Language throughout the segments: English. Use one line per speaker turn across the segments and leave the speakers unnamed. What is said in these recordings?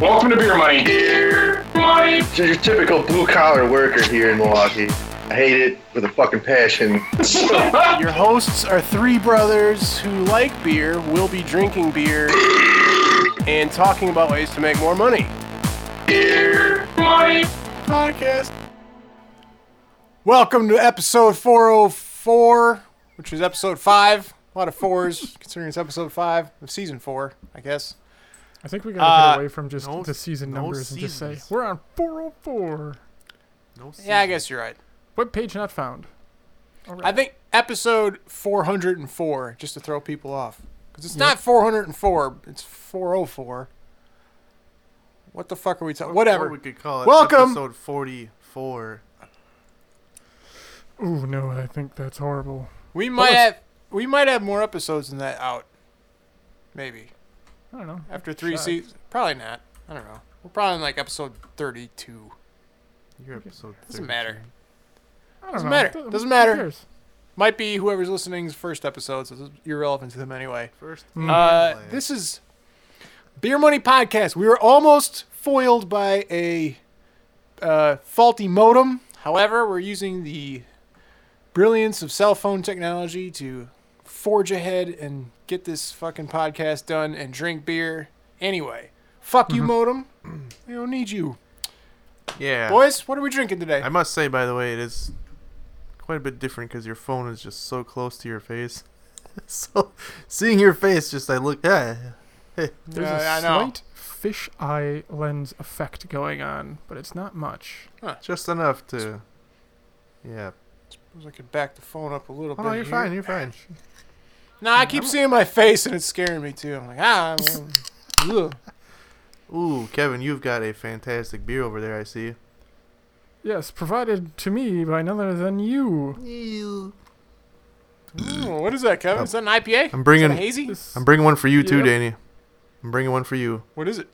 Welcome to Beer Money. Beer Money.
Just your typical blue collar worker here in Milwaukee. I hate it with a fucking passion.
Your hosts are three brothers who like beer, will be drinking beer, and talking about ways to make more money.
Beer Money.
Podcast. Welcome to episode 404, which is episode five. A lot of fours, considering it's episode five of season four, I guess.
I think we gotta
Uh,
get away from just
no-
the season
no
numbers and just say
seasons.
we're on 404.
Yeah, I guess you're right.
Web page not found.
I think episode 404, just to throw people off. Because it's not 404, it's 404. What the fuck are we talking? Whatever.
Or we could call it
Welcome.
episode 44.
Ooh no, I think that's horrible.
We might
was-
have we might have more episodes than that out. Maybe
I don't know.
after three
Sure.
seasons, probably not. I don't know. We're probably in like episode thirty-two.
Your episode 30.
Doesn't matter.
I don't
Doesn't
know.
matter.
Who
Doesn't matter.
cares?
Might be whoever's listening's first episode, so this is irrelevant to them anyway.
First,
Uh, this is Beer Money Podcast. We were almost foiled by a uh, faulty modem. However, we're using the brilliance of cell phone technology to forge ahead and get this fucking podcast done and drink beer. Anyway, fuck you, modem. We don't need you.
yeah.
Boys, what are we drinking today?
I must say, by the way, it is quite a bit different because your phone is just so close to your face. so seeing your face, just I look. Yeah.
There's
Uh, I
a
know.
slight fish eye lens effect going on, but it's not much.
just enough to. Yeah.
Suppose I could back the phone up a little
Oh
bit.
no, you're
here.
fine. You're fine.
Nah, I keep seeing my face and it's scaring me too. I'm like, ah, well, ugh.
Ooh, Kevin, you've got a fantastic beer over there. I see.
Yes, provided to me by none other than you.
Ooh, what is that, Kevin? Is that an IPA?
I'm
Is
bringing-
that a hazy.
This,
I'm bringing one for you too,
Yep.
Danny. I'm bringing one for you.
What is it?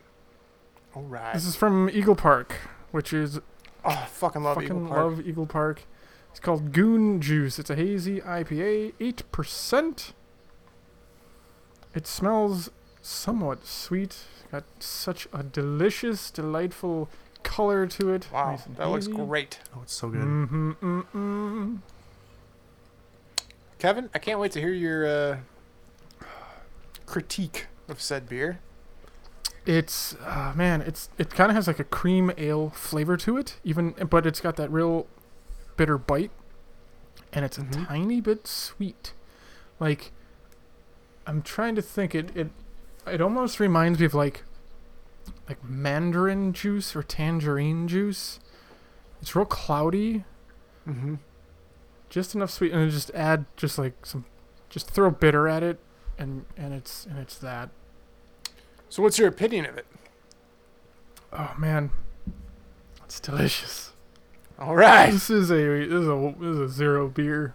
All right.
this is from Eagle Park, which is
oh, I fucking love
fucking
Eagle Park.
love Eagle Park. It's called Goon Juice. It's a hazy IPA, eight percent. It smells somewhat sweet. It's got such a delicious, delightful color to it.
Wow,
Nice and
that looks
hazy.
great.
Oh, it's so good.
Mhm, mm mm
Kevin, I can't wait to hear your uh, critique of said beer.
It's uh, man, it's it kind of has like a cream ale flavor to it, even but it's got that real bitter bite, and it's a tiny bit sweet. Like, I'm trying to think. It it it almost reminds me of like like mandarin juice or tangerine juice. It's real cloudy,
Mm-hmm.
just enough sweet, and then just add just like some, just throw bitter at it, and and it's and it's that.
So, what's your opinion of it?
Oh man, it's delicious.
All right.
This is a this is a this is a zero beer.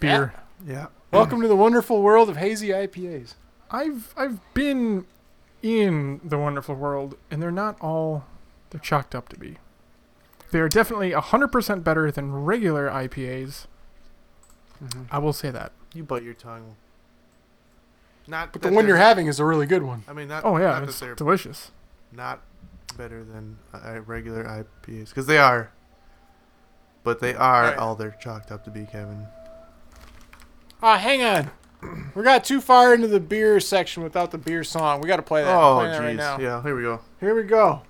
Beer.
Yeah.
Welcome to the wonderful world of hazy IPAs.
I've I've been in the wonderful world, and they're not all they're chalked up to be. They are definitely hundred percent better than regular IPAs.
Mm-hmm.
I will say that.
You bite your tongue. Not.
But the
that
one you're
they're-
having is a really good one.
I mean, not.
Oh
not
yeah,
that
it's
they're
delicious.
not better than uh, regular IPAs because they are, but they are
Alright.
all they're chalked up to be, Kevin.
Ah, hang on. We got too far into the beer section without the beer song. We got to play that. I'm
oh
playing that
jeez,
right now.
yeah, here we go.
Here we go.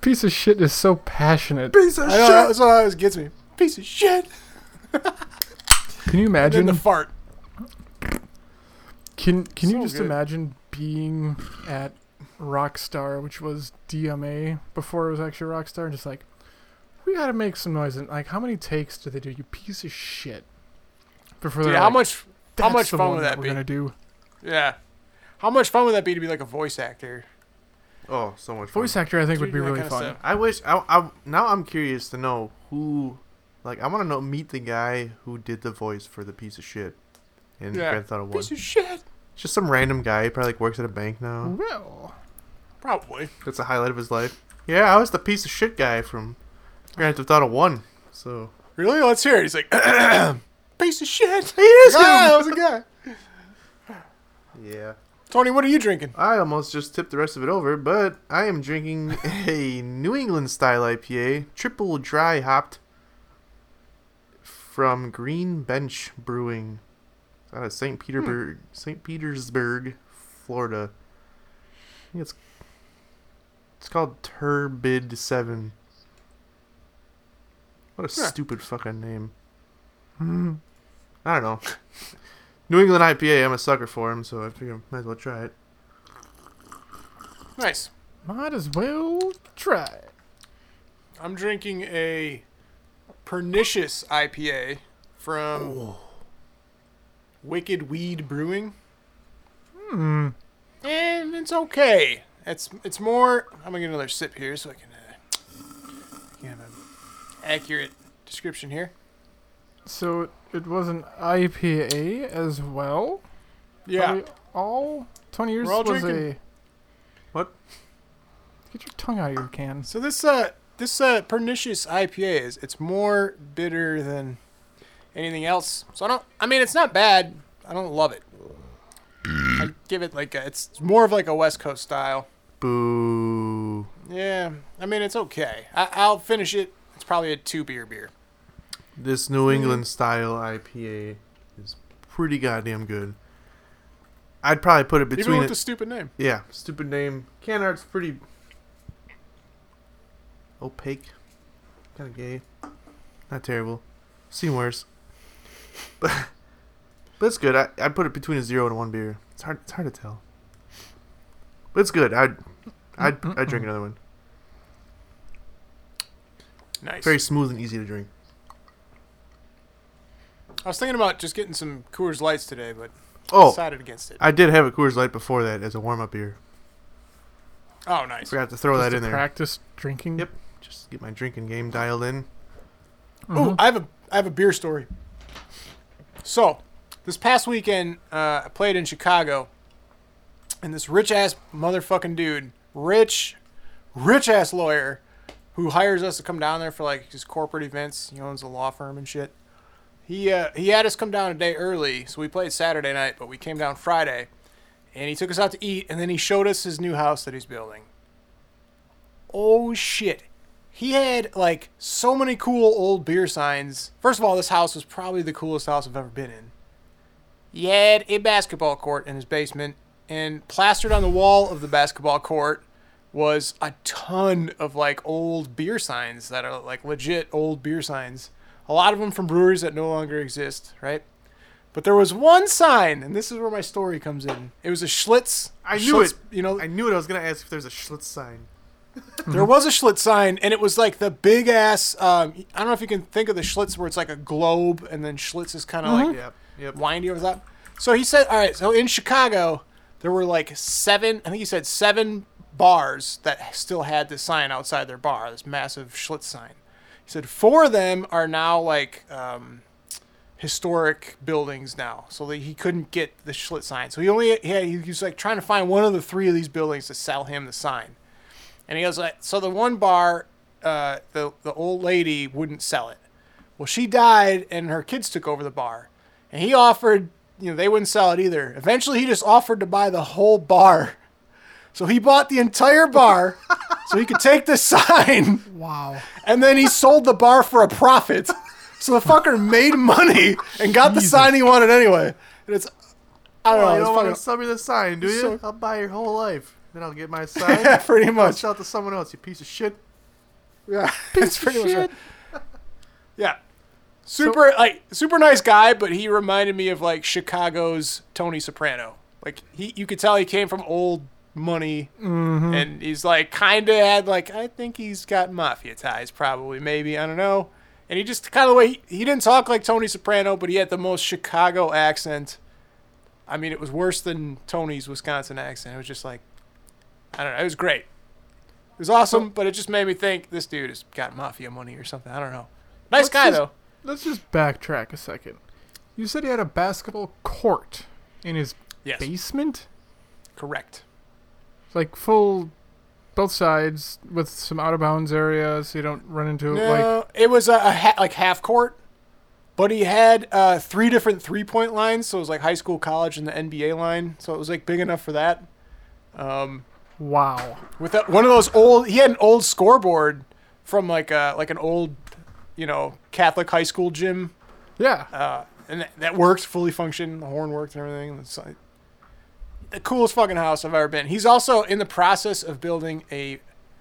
Piece of shit is so passionate.
Piece of
I know, that's what always gets me. Piece of shit.
Can
Then
you imagine?
the fart.
Can can you
So
just
good.
imagine being at Rockstar, which was DMA before it was actually Rockstar, and just like we gotta make some noise and like how many takes do they do? You piece of shit. Before
Dude,
they're
how
like,
much how
"That's
much
the
fun
one
would that
we're
be?
gonna do?
Yeah. How much fun would that be to be like a voice actor?
Oh, so much
Voice
fun.
actor, I think would be
Doing that
really
kinda
fun.
stuff.
I wish. I, I now I'm curious to know who, like, I want to know meet the guy who did the voice for the piece of shit in
Yeah.
Grand Theft Auto One.
Piece of shit.
It's just some random guy. He probably like works at a bank
Mm-hmm.
now.
Well,
Probably.
That's the highlight of his life. Yeah, I was the piece of shit guy from Grand Theft Auto One. So
Really? Let's hear it. He's like, piece of shit.
he is.
Ah, I was a guy.
Yeah.
Tony, what are you drinking?
I almost just tipped the rest of it over, but I am drinking a New England style IPA, triple dry hopped from Green Bench Brewing It's out of St. Petersburg, St. Petersburg, Florida. I think it's it's called Turbid 7. What a
Huh.
stupid fucking name. I don't know. New England IPA, I'm a sucker for 'em, so I figure I might as well try it.
Nice.
might as well try. it.
I'm drinking a pernicious IPA from Wicked Weed Brewing. Hmm. And it's okay. It's it's more. I'm gonna get another sip here so I can uh, give an accurate description here.
So it, it was an IPA as well.
Yeah.
We all twenty years
We're all
was
drinking-
a
What?
Get your tongue out of your can.
So this uh this uh pernicious IPA is it's more bitter than anything else. So I don't I mean it's not bad. I don't love it. I give it like a, it's more of like a West Coast style.
Boo.
Yeah, I mean it's okay. I, I'll finish it. It's probably a two beer beer.
This New England style IPA is pretty goddamn good. I'd probably put it
Even
between
with
it,
the stupid name.
yeah, stupid name. Can art's pretty opaque, kind of gay. Not terrible. Seen worse. But but it's good. I I put it between a zero and one beer. It's hard. It's hard to tell. But it's good. I'd I'd, I'd drink another one.
Nice.
Very smooth and easy to drink.
I was thinking about just getting some Coors Lights today, but
Oh,
decided against it.
I did have a Coors Light before that as a warm up beer.
oh, nice.
Forgot to throw
Just
that
to
in there.
Practice drinking.
Yep. Just get my drinking game dialed in.
Oh, I have a I have a beer story. So, this past weekend, uh, I played in Chicago, and this rich ass motherfucking dude, rich, rich ass lawyer, who hires us to come down there for like his corporate events. He owns a law firm and shit. He uh, he had us come down a day early, so we played Saturday night, but we came down Friday, and he took us out to eat, and then he showed us his new house that he's building. Oh shit he had like so many cool old beer signs. First of all, this house was probably the coolest house I've ever been in. He had a basketball court in his basement, and plastered on the wall of the basketball court was a ton of like old beer signs that are like legit old beer signs. A lot of them from breweries that no longer exist, right? But there was one sign, and this is where my story comes in. It was a Schlitz.
I knew
Schlitz,
it.
You know,
I knew it. I was gonna ask if there's a Schlitz sign.
there was a Schlitz sign, and it was like the big ass. Um, I don't know if you can think of the Schlitz where it's like a globe, and then Schlitz is kind of like
Yep. Yep.
windy over that. So he said, all right, so in Chicago, there were like seven, I think he said seven bars that still had this sign outside their bar, this massive Schlitz sign. He said four of them are now like um, historic buildings now, so that he couldn't get the Schlitz sign. So he only, yeah, he was like trying to find one of the three of these buildings to sell him the sign. And he goes like, so the one bar, uh, the the old lady wouldn't sell it. Well, she died, and her kids took over the bar. And he offered, you know, they wouldn't sell it either. Eventually, he just offered to buy the whole bar. So he bought the entire bar, so he could take the sign
Wow.
and then he sold the bar for a profit. So the fucker made money and got the sign he wanted anyway. And it's, I don't
Oh,
know,
you
it's
don't
fucking
want to sell me the sign, do you?
so-
I'll buy your whole life. Then I'll get my sign.
yeah, pretty much.
Sell it to someone else. You piece of shit.
Yeah, that's pretty much right. Yeah, super like super nice guy, but he reminded me of like Chicago's Tony Soprano. Like he, you could tell he came from old money, and he's like kind of had like I think he's got mafia ties, probably maybe I don't know. And he just kind of the way he, he didn't talk like Tony Soprano, but he had the most Chicago accent. I mean, it was worse than Tony's Wisconsin accent. It was just like, I don't know. It was great. It was awesome, but it just made me think this dude has got mafia money or something. I don't know. Nice guy
just-
though.
Let's just backtrack a second. You said he had a basketball court in his
Yes.
basement.
Correct.
It's like full, both sides with some out of bounds area, so you don't run into it. Like
No, it was a, a ha- like half court, but he had uh, three different three point lines. So it was like high school, college, and the NBA line. So it was like big enough for that.
wow,
With that, one of those old, he had an old scoreboard from like a, like an old, you know, Catholic high school gym,
yeah,
and that, that worked, fully functioned. The horn worked and everything. It's like the coolest fucking house I've ever been. He's also in the process of building a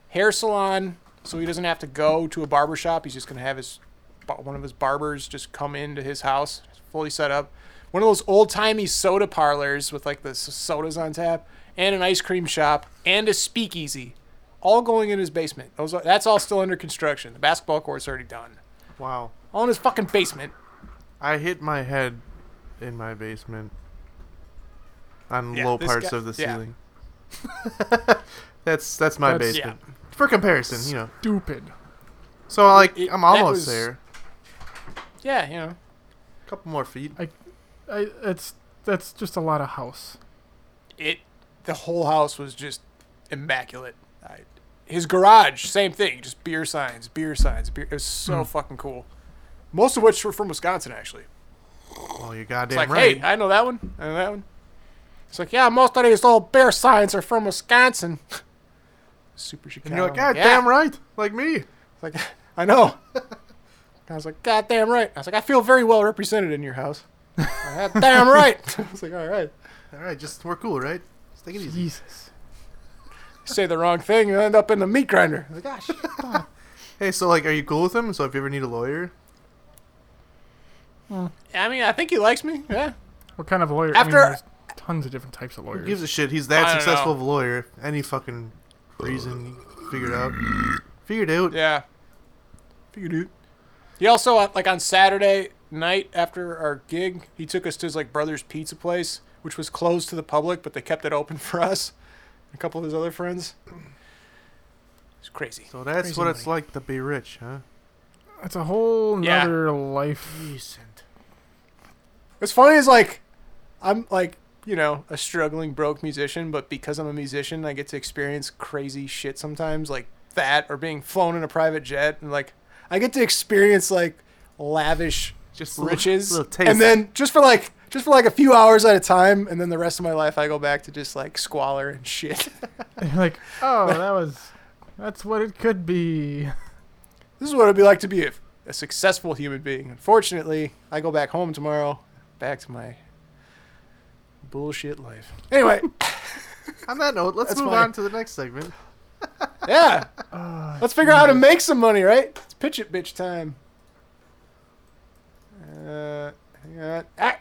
hair salon, so he doesn't have to go to a barber shop. He's just gonna have his ba- one of his barbers just come into his house, fully set up. One of those old timey soda parlors with like the s- sodas on tap, and an ice cream shop, and a speakeasy, all going in his basement. Those are, that's all still under construction. The basketball court's already done.
Wow.
All in his fucking basement.
I hit my head in my basement on
Yeah,
low
this
parts
guy-
of the
yeah.
ceiling. that's that's my
That's-
basement. For comparison, you know.
stupid.
So like
It-
I'm
that
almost
was-
there.
Yeah, you know.
A couple more feet.
I, it's that's just a lot of house.
it the whole house was just immaculate. I, his garage, same thing, just beer signs, beer signs, beer. It was
Hmm.
so fucking cool. Most of which were from Wisconsin, actually.
Oh, you're goddamn
It's like,
right.
hey, I know that one, I know that one. It's like, yeah, most of these old beer signs are from Wisconsin. Super Chicago.
and you're like, God
Um, Yeah.
damn right, like me.
It's like, I know. I was like, God damn right. I was like, I feel very well represented in your house. God damn right. I was like, all right.
All right, just we're cool, right? Just take it easy.
Jesus.
Say the wrong thing, you end up in the meat grinder. I was like, ah, shit.
Hey, so like, are you cool with him? So if you ever need a lawyer,
I mean, I think he likes me. Yeah.
What kind of lawyer? I mean,
After-
there's tons of different types of
who
lawyers.
gives a shit? He's
I
that
don't
successful
know.
of a lawyer. Any fucking reason he figured out, figured out.
Yeah. Figured it. He also uh, like on Saturday night after our gig, he took us to his like brother's pizza place, which was closed to the public, but they kept it open for us. and A couple of his other friends. It's crazy.
So that's
Crazy
what it's
money.
like to be rich, huh?
That's a whole
Yeah.
nother life.
Decent.
What's funny is like, I'm like you know a struggling broke musician, but because I'm a musician, I get to experience crazy shit sometimes, like that, or being flown in a private jet, and like I get to experience like lavish
Just a little-
riches,
little taste.
and then just for like just for like a few hours at a time, and then the rest of my life I go back to just like squalor and shit.
You're like, oh, that was, that's what it could be.
this is what it'd be like to be a, a successful human being. Unfortunately, I go back home tomorrow, back to my bullshit life. Anyway.
On that note, let's
That's
move
why-
on to the next segment.
Yeah. Let's figure out how to make some money, right? It's pitch it, bitch time. Uh, hang on. Hey,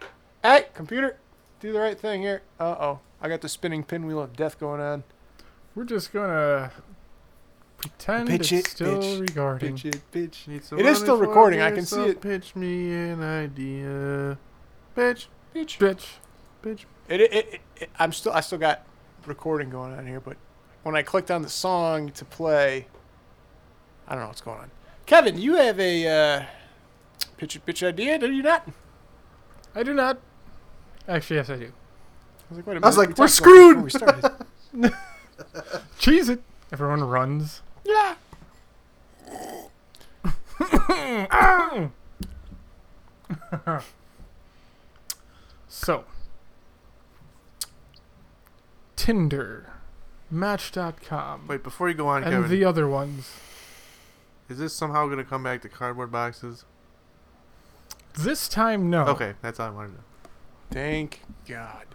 hey, computer, do the right thing here. Uh oh, I got the spinning pinwheel of death going on.
We're just gonna pretend
Pitch it,
it's still
bitch,
regarding.
Pitch it, bitch.
Need
It is still
someone for
recording, I
me,
can see
so
it.
Pitch me an idea, bitch,
Bitch.
Bitch.
bitch.
It, it, it, it- I'm still, I still got recording going on here, but when I clicked on the song to play, I don't know what's going on. Kevin, you have a uh, pitch it, bitch idea, do you not? I
I do not. Actually, yes, I do.
was like, wait a minute.
I was like,
we
we're
talked about this before
screwed.
we started.
Cheese it. Everyone runs.
Yeah.
So, Tinder, Match.com,
Wait, before you go on,
and
Kevin,
the other ones.
is this somehow gonna come back to cardboard boxes?
This time, no.
Okay, that's all I wanted to know.
Thank God.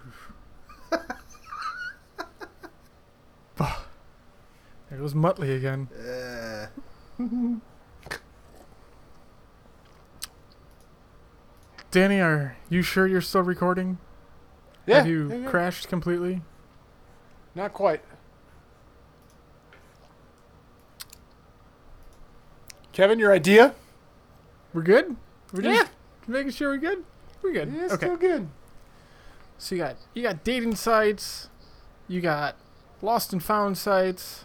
There goes Muttley again.
Uh.
Danny, are you sure you're still recording?
Yeah.
Have you crashed completely?
Not quite. Kevin, your idea?
We're good? We're just making sure we're good? We're good.
Yeah, it's
okay.
still good.
So you got you got dating sites, you got lost and found sites,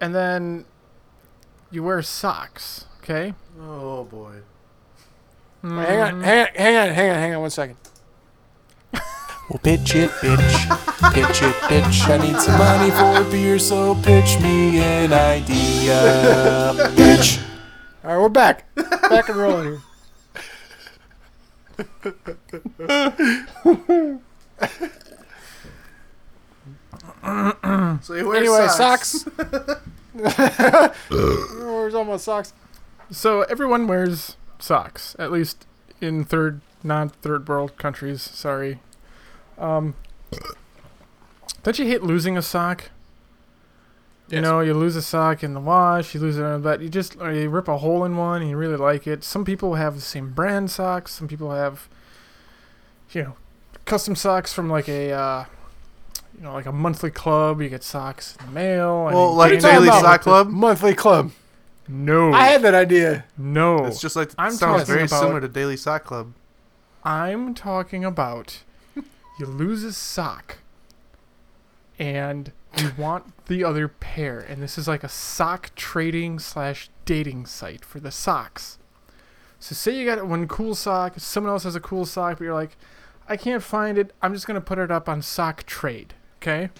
and then you wear socks, okay?
Oh boy.
Mm-hmm. Wait, hang on, hang on, hang on, hang on, hang on one second. Well, pitch it, bitch. pitch it, bitch. I need some money for a beer, so pitch me an idea, bitch. All right, we're back. Back and rolling here.
So he wears
Anyway,
socks.
socks. Where's all my socks?
So everyone wears socks, at least in third, non-third world countries. Sorry. Um, don't you hate losing a sock? You
Yes.
know, you lose a sock in the wash, you lose it on that. You just or you rip a hole in one, and you really like it. Some people have the same brand socks. Some people have, you know, custom socks from like a, uh, you know, like a monthly club. You get socks in the mail. I
Well,
mean,
like
you know,
Daily
with
Sock
the-
Club.
Monthly club.
No,
I had that idea.
no.
It's just like
I'm
sounds
talking
very
about-
similar to Daily Sock Club.
I'm talking about you lose a sock and you want the other pair. And this is like a sock trading slash dating site for the socks. So say you got one cool sock, someone else has a cool sock, but you're like, I can't find it. I'm just gonna put it up on sock trade. Okay.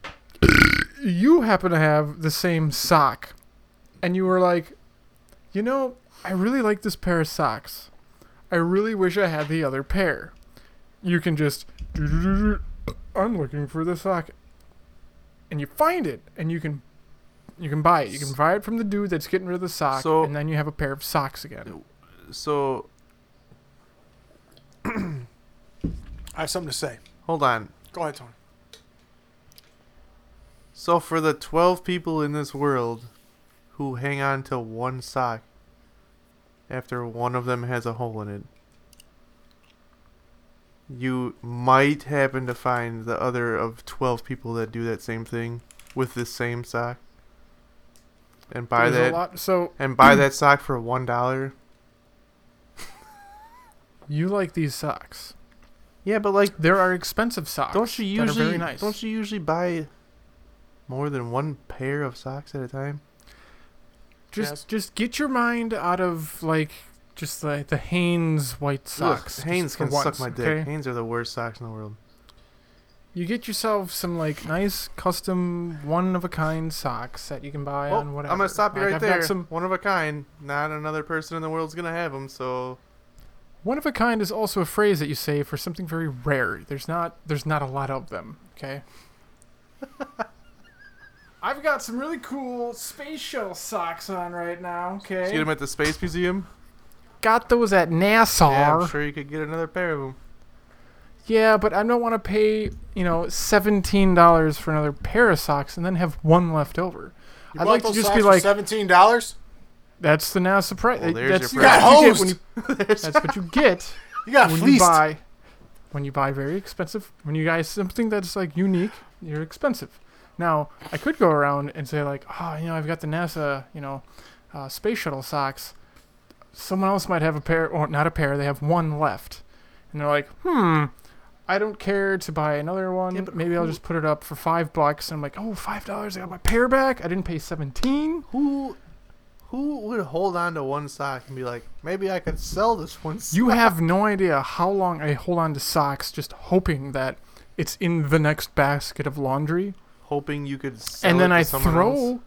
you happen to have the same sock, and you were like, you know, I really like this pair of socks. I really wish I had the other pair. You can just, I'm looking for the sock, and you find it, and you can, you can buy it. You can buy it from the dude that's getting rid of the sock,
So-
and then you have a pair of socks again.
So
I have something to say.
hold on.
Go ahead, Tony.
So for the twelve people in this world who hang on to one sock after one of them has a hole in it, you might happen to find the other of twelve people that do that same thing with the same sock. And buy
There's a
that
lot- So
and buy that sock for one dollar.
you like these socks?
Yeah, but like
There are expensive socks.
Don't you
that
usually
Are very nice.
don't you usually buy more than one pair of socks at a time?
just
Yes.
just get your mind out of like just like the Hanes white socks?
Ugh,
just
Hanes
for
can
once,
suck my dick.
okay?
Hanes are the worst socks in the world.
You get yourself some like nice custom one of a kind socks that you can buy
Well,
on whatever.
I'm gonna stop you
Like,
right
I've got
there.
Some
One of a kind. Not another person in the world's gonna have them. So
one of a kind is also a phrase that you say for something very rare. There's not there's not a lot of them. Okay. I've got some really cool space shuttle socks on right now. Okay.
you get them at the space museum.
got those at NASA.
Yeah, I'm sure you could get another pair of them.
Yeah, but I don't want to pay, you know, seventeen dollars for another pair of socks and then have one left over. I'd like to just be like,
seventeen dollars.
that's the NASA price.
Well, there's
that's
your
that's
price.
what you
Got
get when you- that's what you get
You got
when you
fleeced.
buy when you buy very expensive when you buy something that's like unique. You're expensive. Now I could go around and say like, oh, you know, I've got the NASA, you know, uh, space shuttle socks. Someone else might have a pair, or not a pair. They have one left, and they're like, hmm. I don't care to buy another one.
Yeah, but
Maybe I'll
who-
just put it up for five bucks. And I'm like, oh, five dollars. I got my pair back. I didn't pay seventeen.
Who, who would hold on to one sock and be like, maybe I could sell this one? sock."
You have no idea how long I hold on to socks just hoping that it's in the next basket of laundry.
hoping you could. Sell
and then
it to
I
someone
throw
else?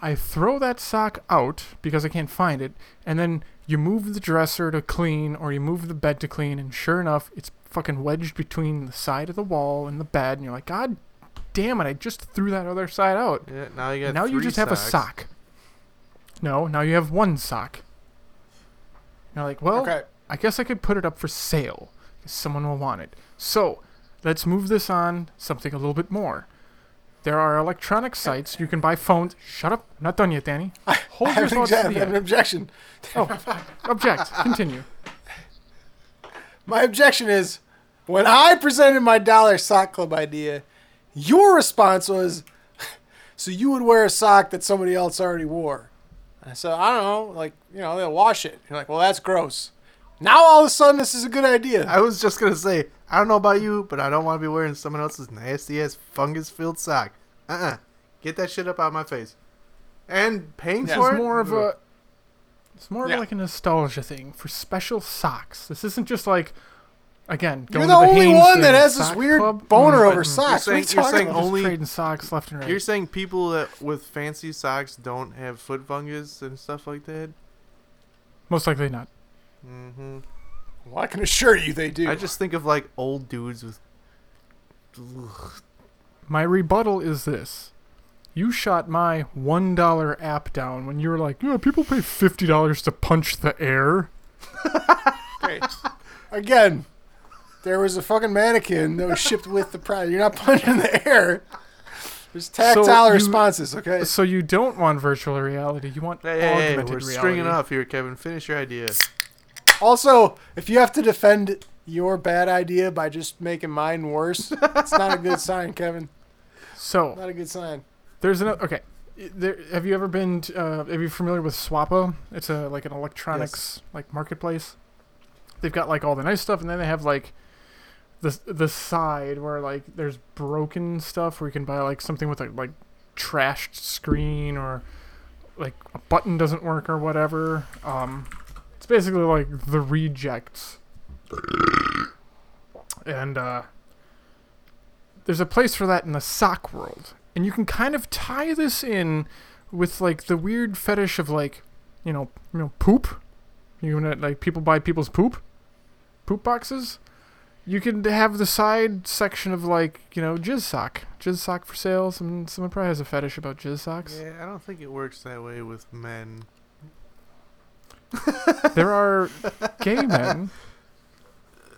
I throw that sock out because I can't find it. And then you move the dresser to clean or you move the bed to clean and sure enough it's fucking wedged between the side of the wall and the bed and you're like, God damn it, I just threw that other side out.
Yeah, now you got.
now you
three
just have a
socks.
sock. No, now you have one sock. You're like, well,
Okay.
I guess I could put it up for sale 'cause someone will want it. So let's move this on something a little bit more. There are electronic sites you can buy phones. Shut up! I'm not done yet, Danny.
Eh. I
Hold your
have an
thoughts to
obje- I
the
have an
end.
objection.
Oh, object. Continue.
My objection is when I presented my dollar sock club idea, your response was so you would wear a sock that somebody else already wore. And I said, I don't know, like, you know, they'll wash it. You're like, well, that's gross. Now all of a sudden, this is a good idea.
I was just gonna say, I don't know about you, but I don't want to be wearing someone else's nasty ass fungus filled sock. Uh uh Get that shit up out of my face. And paying
Yeah,
for
It's
it?
more of a. It's more of
Yeah.
like a nostalgia thing for special socks. This isn't just like, Again,
You're
going
the
to
only
Hanes
one
thing,
that has this
sock
weird
club.
boner
Mm,
over
mm,
socks.
saying-
what are you
Mm-hmm. you're
talking
saying
about?
just
only-
trading socks left and right.
You're saying people that with fancy socks don't have foot fungus and stuff like that?
Most likely not.
hmm
Well, I can assure you they do.
I just think of like old dudes with.
My rebuttal is this. You shot my $1 app down when you were like, yeah, people pay $50 to punch the air.
Great. Again, there was a fucking mannequin that was shipped with the product. You're not punching in the air. There's tactile
So you-
responses, okay?
So you don't want virtual reality. You want
Hey, hey, hey,
augmented
we're
reality.
stringing up here, Kevin. Finish your idea.
Also, if you have to defend your bad idea by just making mine worse, it's not a good sign, Kevin.
So
Not a good sign.
there's another. Okay. There, have you ever been? To, uh, are you familiar with Swappo? It's a like an electronics like marketplace. They've got like all the nice stuff, and then they have like the the side where like there's broken stuff where you can buy like something with a like trashed screen or like a button doesn't work or whatever. Um, it's basically like the rejects. and uh, there's a place for that in the sock world, and you can kind of tie this in with like the weird fetish of like, you know, you know, poop. You know, like people buy people's poop, poop boxes. You can have the side section of like, you know, jizz sock, jizz sock for sale. Some someone probably has a fetish about jizz socks.
Yeah, I don't think it works that way with men.
there are gay men.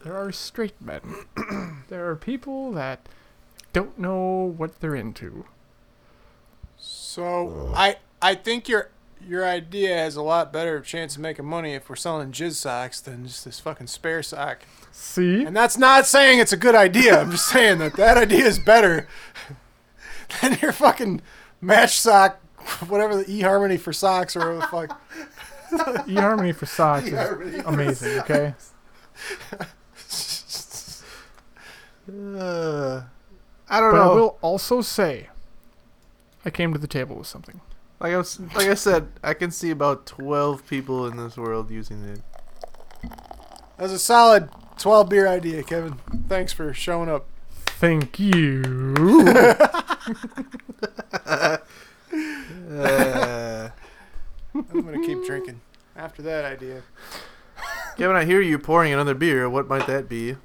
There are straight men. there are people that don't know what they're into.
So I I think your your idea has a lot better chance of making money if we're selling jizz socks than just this fucking spare sock.
See?
And that's not saying it's a good idea. I'm just saying that that idea is better than your fucking match sock, whatever the eHarmony for socks or whatever the fuck.
eHarmony for socks is amazing, okay?
Uh, I
Oh.
But I
don't know.
will also say, I came to the table with something.
Like I was, like I said, I can see about twelve people in this world using it.
That was a solid 12 beer idea, Kevin. Thanks for showing up.
Thank you.
Uh,
I'm going to keep drinking after that idea.
Kevin, I hear you pouring another beer. What might that be?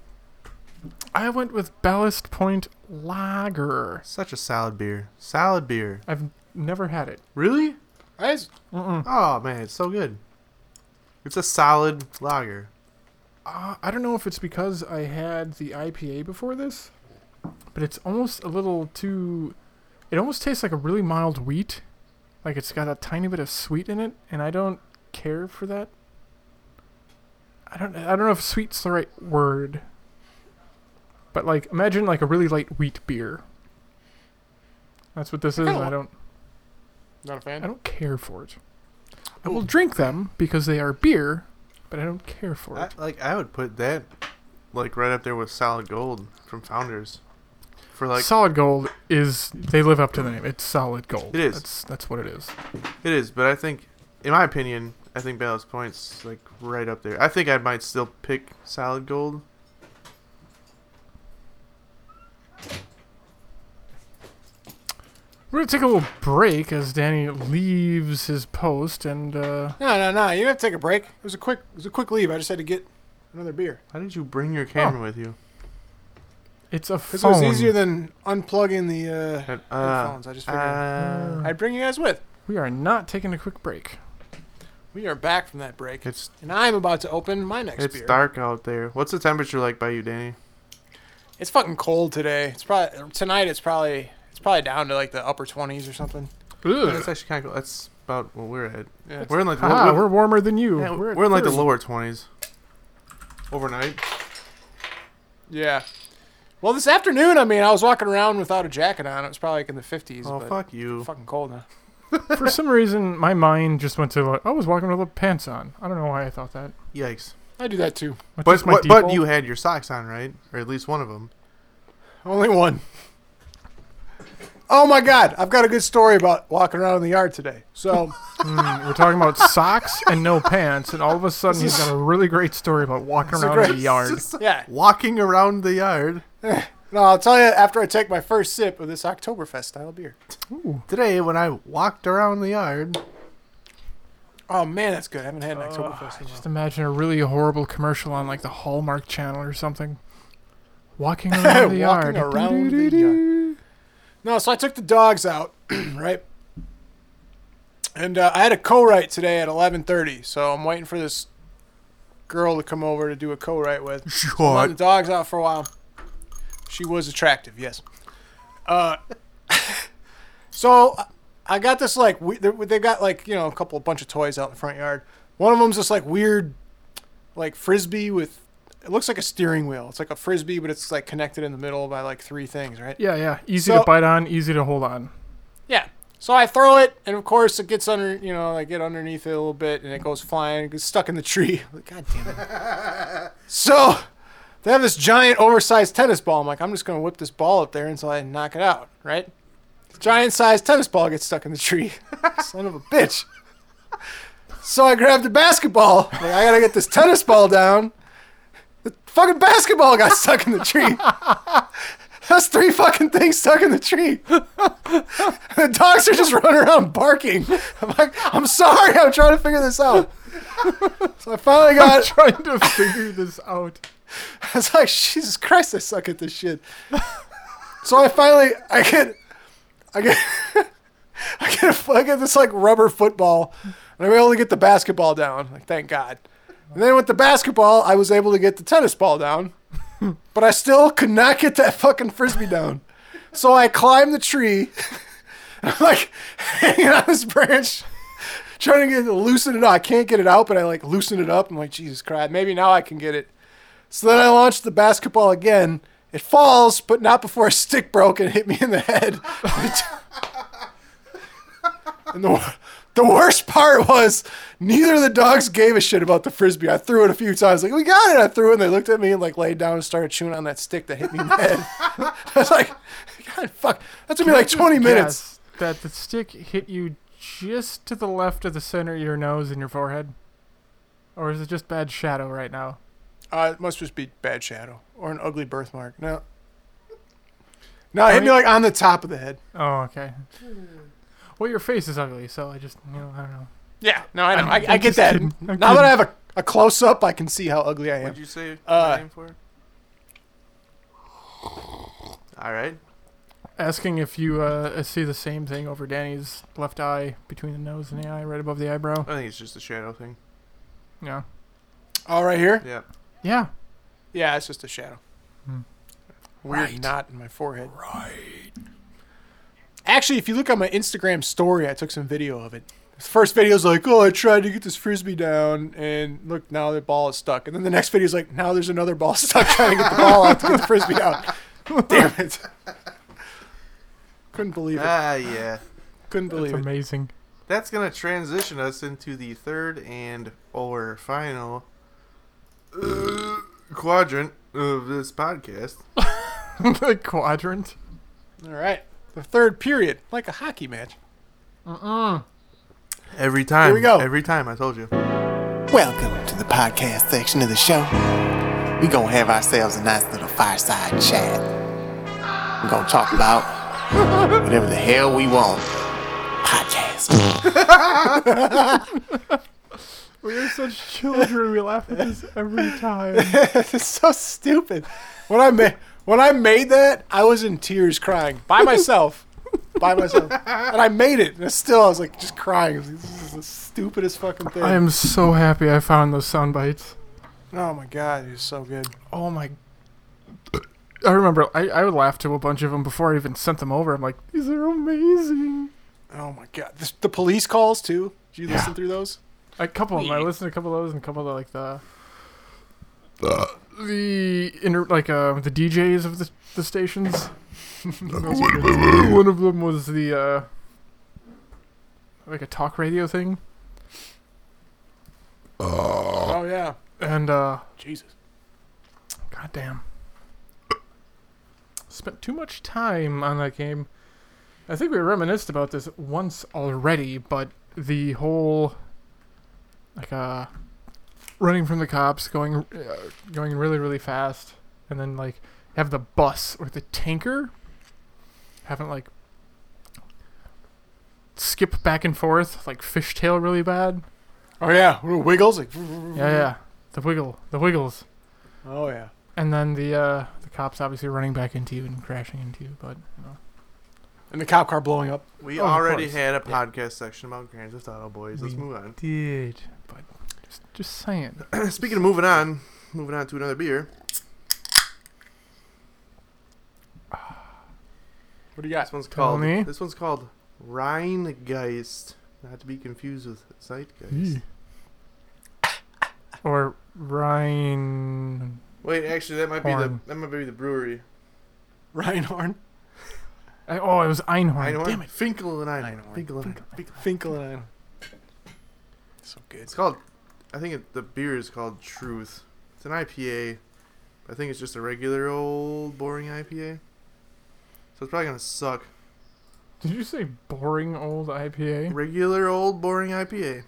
I went with Ballast Point Lager.
Such a solid beer. Solid beer.
I've never had it.
Really?
I just-
Mm-mm.
Oh man, it's so good. It's a solid lager.
Uh, I don't know if it's because I had the IPA before this, but it's almost a little too. It almost tastes like a really mild wheat. Like it's got a tiny bit of sweet in it, and I don't care for that. I don't. I don't know if sweet's the right word. But like, imagine like a really light wheat beer. That's what this is. and I don't.
Not a
I
fan?
don't care for it. I will drink them because they are beer, but I don't care for
I,
it.
like I would put that, like right up there with solid gold from Founders. For like
solid gold is they live up to the name. It's solid gold.
It is.
That's that's what it is.
it is, but I think, in my opinion, I think Ballast Point's like right up there. I think I might still pick solid gold.
We're gonna take a little break as Danny leaves his post, and uh,
No, no, no. You didn't have to take a break. It was a quick it was a quick leave. I just had to get another beer.
Why did you bring your camera with you?
it's a
Because
phone.
it was easier than unplugging the uh,
And, uh,
headphones. I just figured
uh,
I'd bring you guys with.
we are not taking a quick break.
We are back from that break.
it's
and I'm about to open my next
it's
beer.
dark out there. What's the temperature like by you, Danny?
It's fucking cold today. It's probably tonight. It's probably it's probably down to like the upper twenties or something.
That's actually kind of cool. That's about what we're at.
Yeah.
We're in like the
Ah,
low-
we're warmer than you.
yeah,
we're, at
we're in like the
30.
lower twenties. Overnight.
Yeah. Well, this afternoon, I mean, I was walking around without a jacket on. It was probably like in the fifties.
Oh
but
fuck you.
It's fucking cold now.
For some reason, my mind just went to like I was walking with the pants on. I don't know why I thought that.
Yikes.
I do that too.
That's
But
just my
but, but
default.
you had your socks on, right? Or at least one of them.
Only one. Oh my God! I've got a good story about walking around in the yard today. So
Mm, we're talking about socks and no pants, and all of a sudden he's got a really great story about walking
a
around
great-
the yard.
Just
yeah,
walking around the yard.
no, I'll tell you after I take my first sip of this Oktoberfest style beer.
Today, when I walked around the yard,
Oh man, that's good. I haven't had an Oktoberfest. in a
Just imagine a really horrible commercial on like the Hallmark Channel or something. Walking around the
Walking
yard.
around the yard. No, so I took the dogs out, right? And uh, I had a co-write today at 11:30, so I'm waiting for this girl to come over to do a co-write with. I'm letting
shot.
the dogs out for a while. She was attractive, yes. Uh, so I- I got this like we, they- they've got like you know a couple bunch of toys out in the front yard. One of them's this like weird, like frisbee with it looks like a steering wheel. It's like a frisbee, but it's like connected in the middle by like three things, right?
Yeah, yeah. Easy
So-
to bite on, easy to hold on.
Yeah. So I throw it, and of course it gets under, you know, I get underneath it a little bit, and it goes flying, it gets stuck in the tree. Like, God damn it. so they have this giant oversized tennis ball. I'm like, I'm just going to whip this ball up there until I knock it out, right? Giant sized tennis ball gets stuck in the tree. Son of a bitch. So I grabbed the basketball. Like, I got to get this tennis ball down. The fucking basketball got stuck in the tree. That's three fucking things stuck in the tree. The dogs are just running around barking. I'm like, I'm sorry, I'm trying to figure this out. So I finally got.
Trying to figure this out.
I was like, Jesus Christ, I suck at this shit. So I finally, I get, I get, I get, a, I get this like rubber football, and I'm able to get the basketball down. Like, thank God. And then with the basketball, I was able to get the tennis ball down, but I still could not get that fucking frisbee down. So I climbed the tree, and I'm like hanging on this branch trying to get loosen it up. I can't get it out, but I like loosen it up. I'm like, Jesus Christ, maybe now I can get it. So then I launched the basketball again. It falls, but not before a stick broke and hit me in the head. and the, wor- the worst part was neither of the dogs gave a shit about the frisbee. I threw it a few times, like we got it. I threw it, and they looked at me and like laid down and started chewing on that stick that hit me in the head. I was like, God, fuck. That took me like 20 minutes.
Guess that the stick hit you just to the left of the center of your nose and your forehead. Or is it just bad shadow right now?
Uh, it must just be bad shadow or an ugly birthmark. No. No, it hit me like on the top of the head.
Oh, okay.
Hmm.
Well, your face is ugly, so I just, you know, I don't know.
Yeah, no, I know. I, I
I'm
get
just
that.
kidding.
Now
I'm
that I
kidding.
have a, a close up, I can see how ugly I am.
What'd you say
Uh,
my name for? All right.
Asking if you uh, see the same thing over Danny's left eye between the nose and the eye, right above the eyebrow.
I think it's just a shadow thing.
Yeah.
All right here?
Yeah.
Yeah.
Yeah, it's just a shadow. Weird
Right.
knot in my forehead. Right. Actually, if you look on my Instagram story, I took some video of it. The first video is like, oh, I tried to get this frisbee down, and look, now the ball is stuck. And then the next video is like, now there's another ball stuck trying to get the ball out to get the frisbee out. Damn it. Couldn't believe it.
Ah, yeah.
Couldn't believe
It's
it.
amazing.
That's gonna transition us into the third and or final uh, quadrant of this podcast.
the quadrant.
All right. The third period, like a hockey match.
Every time.
we go.
Every time. I told you.
Welcome to the podcast section of the show. We're going to have ourselves a nice little fireside chat. We're going to talk about whatever the hell we want. Podcast.
We are such children. we laugh at this every time.
it's so stupid. When I made when I made that, I was in tears crying by myself, by myself, and I made it. And still, I was like just crying. I was like, This is the stupidest fucking thing.
I am so happy I found those sound bites.
oh my god, it's so good.
Oh my. I remember I, I would laugh to a bunch of them before I even sent them over. I'm like, these are amazing.
Oh my god, this, the police calls too. Did you listen through those?
A couple of them. I listened to a couple of those and a couple of like the the inter, like uh, the DJs of the, the stations. Those were good. One of them was the uh, like a talk radio thing,
Oh yeah,
and uh,
Jesus.
goddamn, spent too much time on that game. I think we reminisced about this once already, but the whole like uh running from the cops, going uh, going really really fast, and then like have the bus or the tanker haven't like skip back and forth like fishtail really bad.
Oh yeah, Ooh, wiggles. Like,
Yeah, yeah. The wiggle, the wiggles.
Oh yeah.
And then the uh the cops obviously running back into you and crashing into you, but you know.
And the cop car blowing up.
We
Oh, of
already
course. Mm-hmm.
had a podcast section about Grand Theft Auto, boys. Let's
We-
move on.
Did but just just saying.
Speaking of moving on, moving on to another beer.
What do you got?
This one's
Tell
called.
me.
This one's called Rheingeist, not to be confused with Zeitgeist.
Mm. Or Ryan
Wait, actually, that might
Horn.
be the that might be the brewery.
Ryan Horn.
I, oh, it was Einhorn.
Einhorn?
Damn it.
Finkel and Einhorn.
Einhorn.
Finkel and Einhorn.
Finkel and I. So good.
It's called. I think it, the beer is called Truth. It's an IPA. I think it's just a regular old boring IPA. So it's probably gonna suck.
Did you say boring old IPA?
Regular old boring IPA.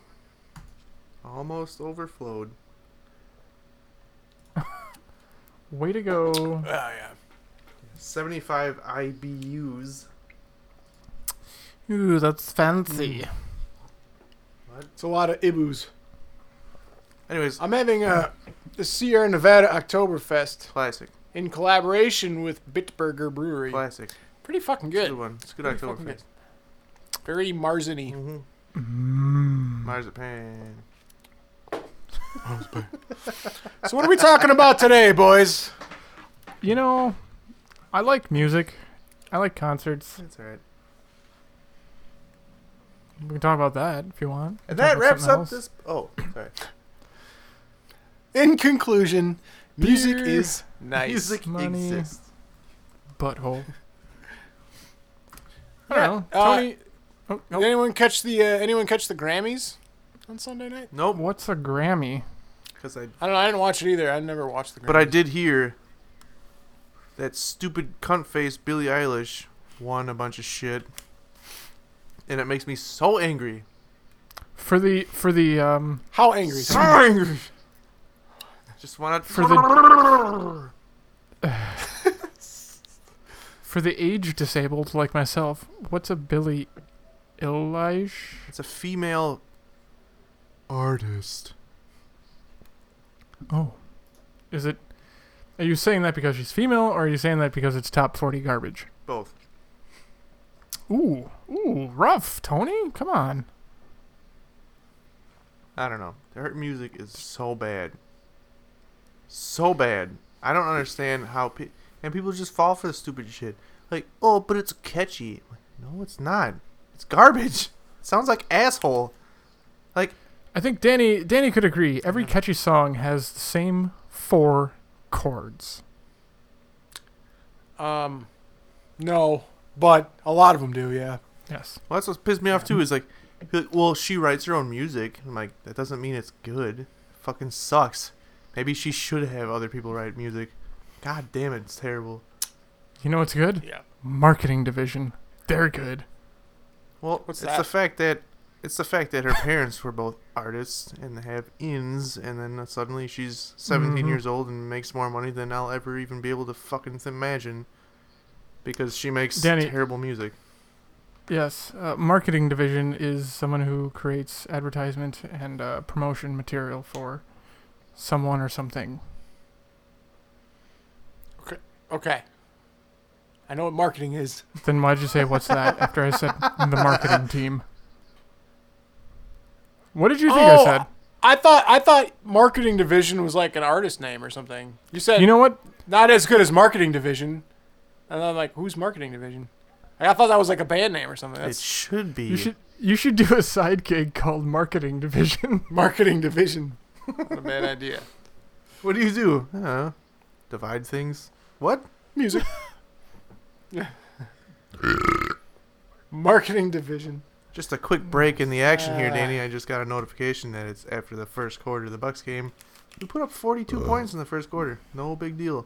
Almost overflowed.
Way to go.
Oh yeah.
75 IBUs.
Ooh, that's fancy.
It's a lot of ibus.
Anyways,
I'm having uh, the Sierra Nevada Oktoberfest
classic.
in collaboration with Bitburger Brewery.
Classic.
Pretty fucking
Good
good.
one. It's a good
Pretty fucking
Oktoberfest.
Very Marzini.
Mm-hmm. Marzipan.
So what are we talking about today, boys?
You know, I like music. I like concerts.
That's alright.
We can talk about that if you want.
And
Talk
that
about
wraps
something
up
else.
this. Oh, sorry.
In conclusion, music
Beer.
is nice.
Music
Money.
exists.
butthole. I don't know.
Yeah, uh,
Tony, oh,
Did
oh,
anyone catch the uh, anyone catch the Grammys on Sunday night?
Nope.
what's a Grammy?
Because I
I don't know. I didn't watch it either. I never watched the Grammys.
But I did hear that stupid cunt face Billie Eilish won a bunch of shit. And it makes me so angry.
For the for the um
How angry?
So angry. Just wanna
for the for the age disabled like myself, what's a Billy Eilish?
It's a female artist.
Oh, is it? Are you saying that because she's female, or are you saying that because it's top forty garbage?
Both.
Ooh, ooh, rough, Tony. Come on.
I don't know. Her music is so bad. So bad. I don't understand how pe- and people just fall for the stupid shit. Like, oh, but it's catchy. I'm like, no, it's not. It's garbage. It sounds like asshole. Like,
I think Danny Danny could agree. Every catchy song has the same four chords.
Um, no, but a lot of them do. Yeah.
Yes.
Well, that's what pissed me off too. Is like, be like, well, she writes her own music. I'm like, that doesn't mean it's good. It fucking sucks. Maybe she should have other people write music. God damn it, it's terrible.
You know what's good?
Yeah.
Marketing division. They're good.
Well,
What's
it's
that?
the fact that it's the fact that her parents were both artists and they have ins, and then suddenly she's 17
Mhm.
years old and makes more money than I'll ever even be able to fucking imagine, because she makes
Danny-
terrible music.
Yes, uh, marketing division is someone who creates advertisement and uh, promotion material for someone or something.
Okay. I know what marketing is.
Then why'd you say what's that after I said the marketing team? What did you think I
Oh,
said?
I thought I thought marketing division was like an artist name or something. You said
You know what?
not as good as marketing division, and I'm like, who's marketing division? Like, I thought that was like a band name or something.
It
That's
should be.
You should you should do a side gig called marketing division.
marketing division. what a bad idea.
What do you do? I don't know. Divide things. What?
Music. marketing division.
Just a quick break in the action here,
Uh.
Danny. I just got a notification that it's after the first quarter of the Bucks game. We put up 42 points in the first quarter. No big deal.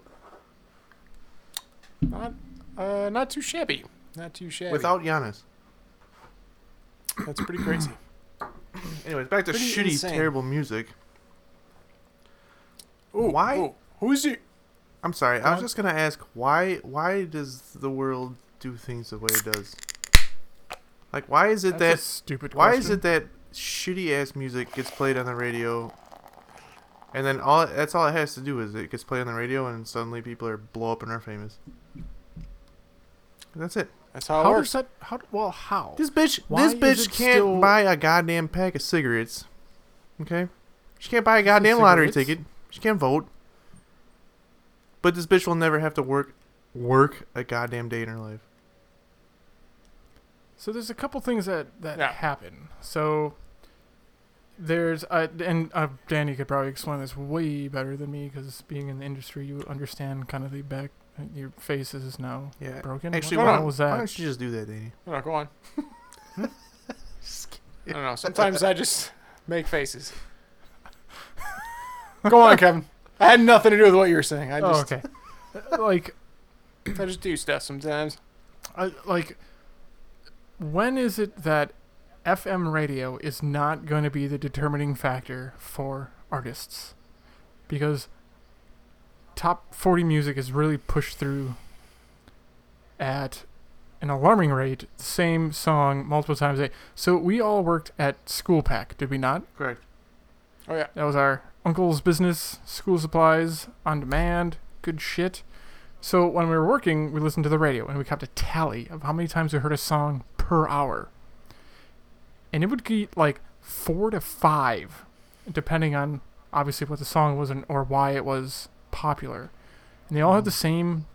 Not uh, not too shabby. Not too shabby.
without Giannis.
That's pretty crazy.
Anyways, back to
Pretty
shitty,
insane.
terrible music.
Ooh,
Why-
ooh, who's your
I'm sorry. I was
Uh,
just gonna ask why why does the world do things the way it does? Like why is it
That's a
that
stupid.
why is
question.
it that shitty ass music gets played on the radio, and then all that's all it has to do is it gets played on the radio, and suddenly people are blow up and are famous. That's it.
That's how it
How
works.
does that? How? Well, how?
This bitch,
Why
this
is
bitch
it
can't
still-
buy a goddamn pack of cigarettes. Okay, she can't buy a goddamn lottery
cigarettes?
ticket. She can't vote. But this bitch will never have to work work a goddamn day in her life.
So there's a couple things that that
Yeah.
happen. So there's uh, and uh, Danny could probably explain this way better than me because being in the industry, you understand kind of the back. Your face is now
Yeah.
broken.
Actually,
what the
why, don't-
hell was
why
that?
don't you just do that, Danny?
No, go on. I don't know. Sometimes I just make faces. Go on, Kevin. I had nothing to do with what you were saying. I
Oh,
just,
okay. like
I just do stuff sometimes.
I, like when is it that FM radio is not going to be the determining factor for artists? Because top 40 music is really pushed through at an alarming rate, the same song multiple times a day. So we all worked at School Pack, did we not?
Correct.
Oh yeah.
That was our uncle's business, school supplies, on demand, good shit. So when we were working, we listened to the radio and we kept a tally of how many times we heard a song per hour. And it would be like four to five, depending on obviously what the song was and or why it was popular. And they all had the same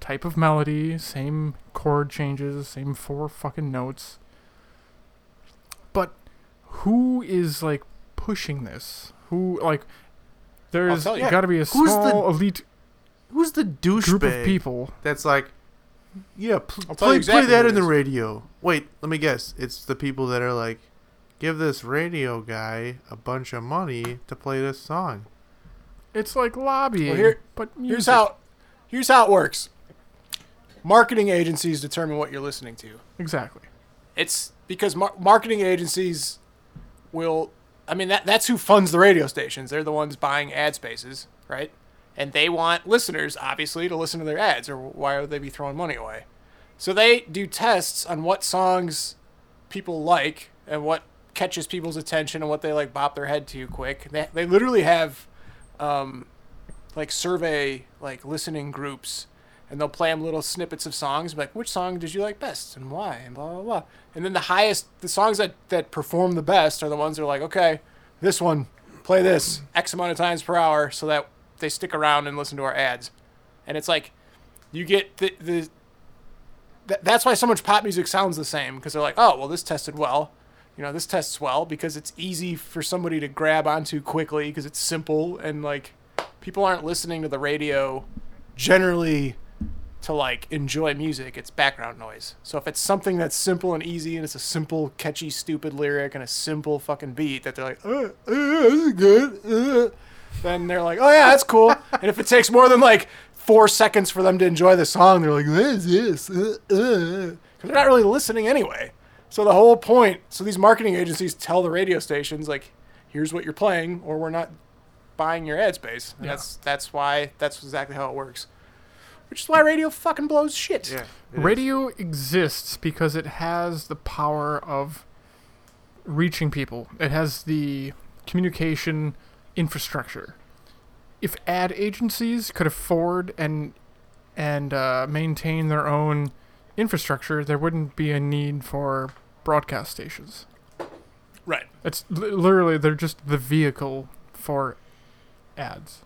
type of melody, same chord changes, same four fucking notes. But who is like pushing this? Who like there's
tell you.
got to be a
Who's the
small elite
Who's the
group of
douchebag
people.
that's like, yeah, pl-
I'll tell
play
you exactly
play that
who it
in the
is.
radio. Wait, let me guess. It's the people that are like, give this radio guy a bunch of money to play this song.
It's like lobbying,
here-
but
Here's
music.
how. Here's how it works. Marketing agencies determine what you're listening to.
exactly.
It's because mar- marketing agencies will. I mean, that that's who funds the radio stations. They're the ones buying ad spaces, right? And they want listeners, obviously, to listen to their ads, or why would they be throwing money away? So they do tests on what songs people like and what catches people's attention and what they like bop their head to quick. They, they literally have um, like survey like listening groups and they'll play them little snippets of songs like which song did you like best and why and blah blah blah and then the highest the songs that that perform the best are the ones that are like okay this one play this x amount of times per hour so that they stick around and listen to our ads and it's like you get the the th- that's why so much pop music sounds the same because they're like oh well this tested well you know this tests well because it's easy for somebody to grab onto quickly because it's simple and like people aren't listening to the radio generally to like enjoy music it's background noise so if it's something that's simple and easy and it's a simple catchy stupid lyric and a simple fucking beat that they're like uh, uh, this is good uh, then they're like oh yeah that's cool and if it takes more than like four seconds for them to enjoy the song they're like what is this uh, uh. 'Cause they're not really listening anyway so the whole point so these marketing agencies tell the radio stations like here's what you're playing or we're not buying your ad space. And That's that's why that's exactly how it works. Which is why radio fucking blows shit.
it is.
Radio exists because it has the power of reaching people. It has the communication infrastructure. If ad agencies could afford and and uh, maintain their own infrastructure, there wouldn't be a need for broadcast stations.
Right.
It's li- literally they're just the vehicle for ads.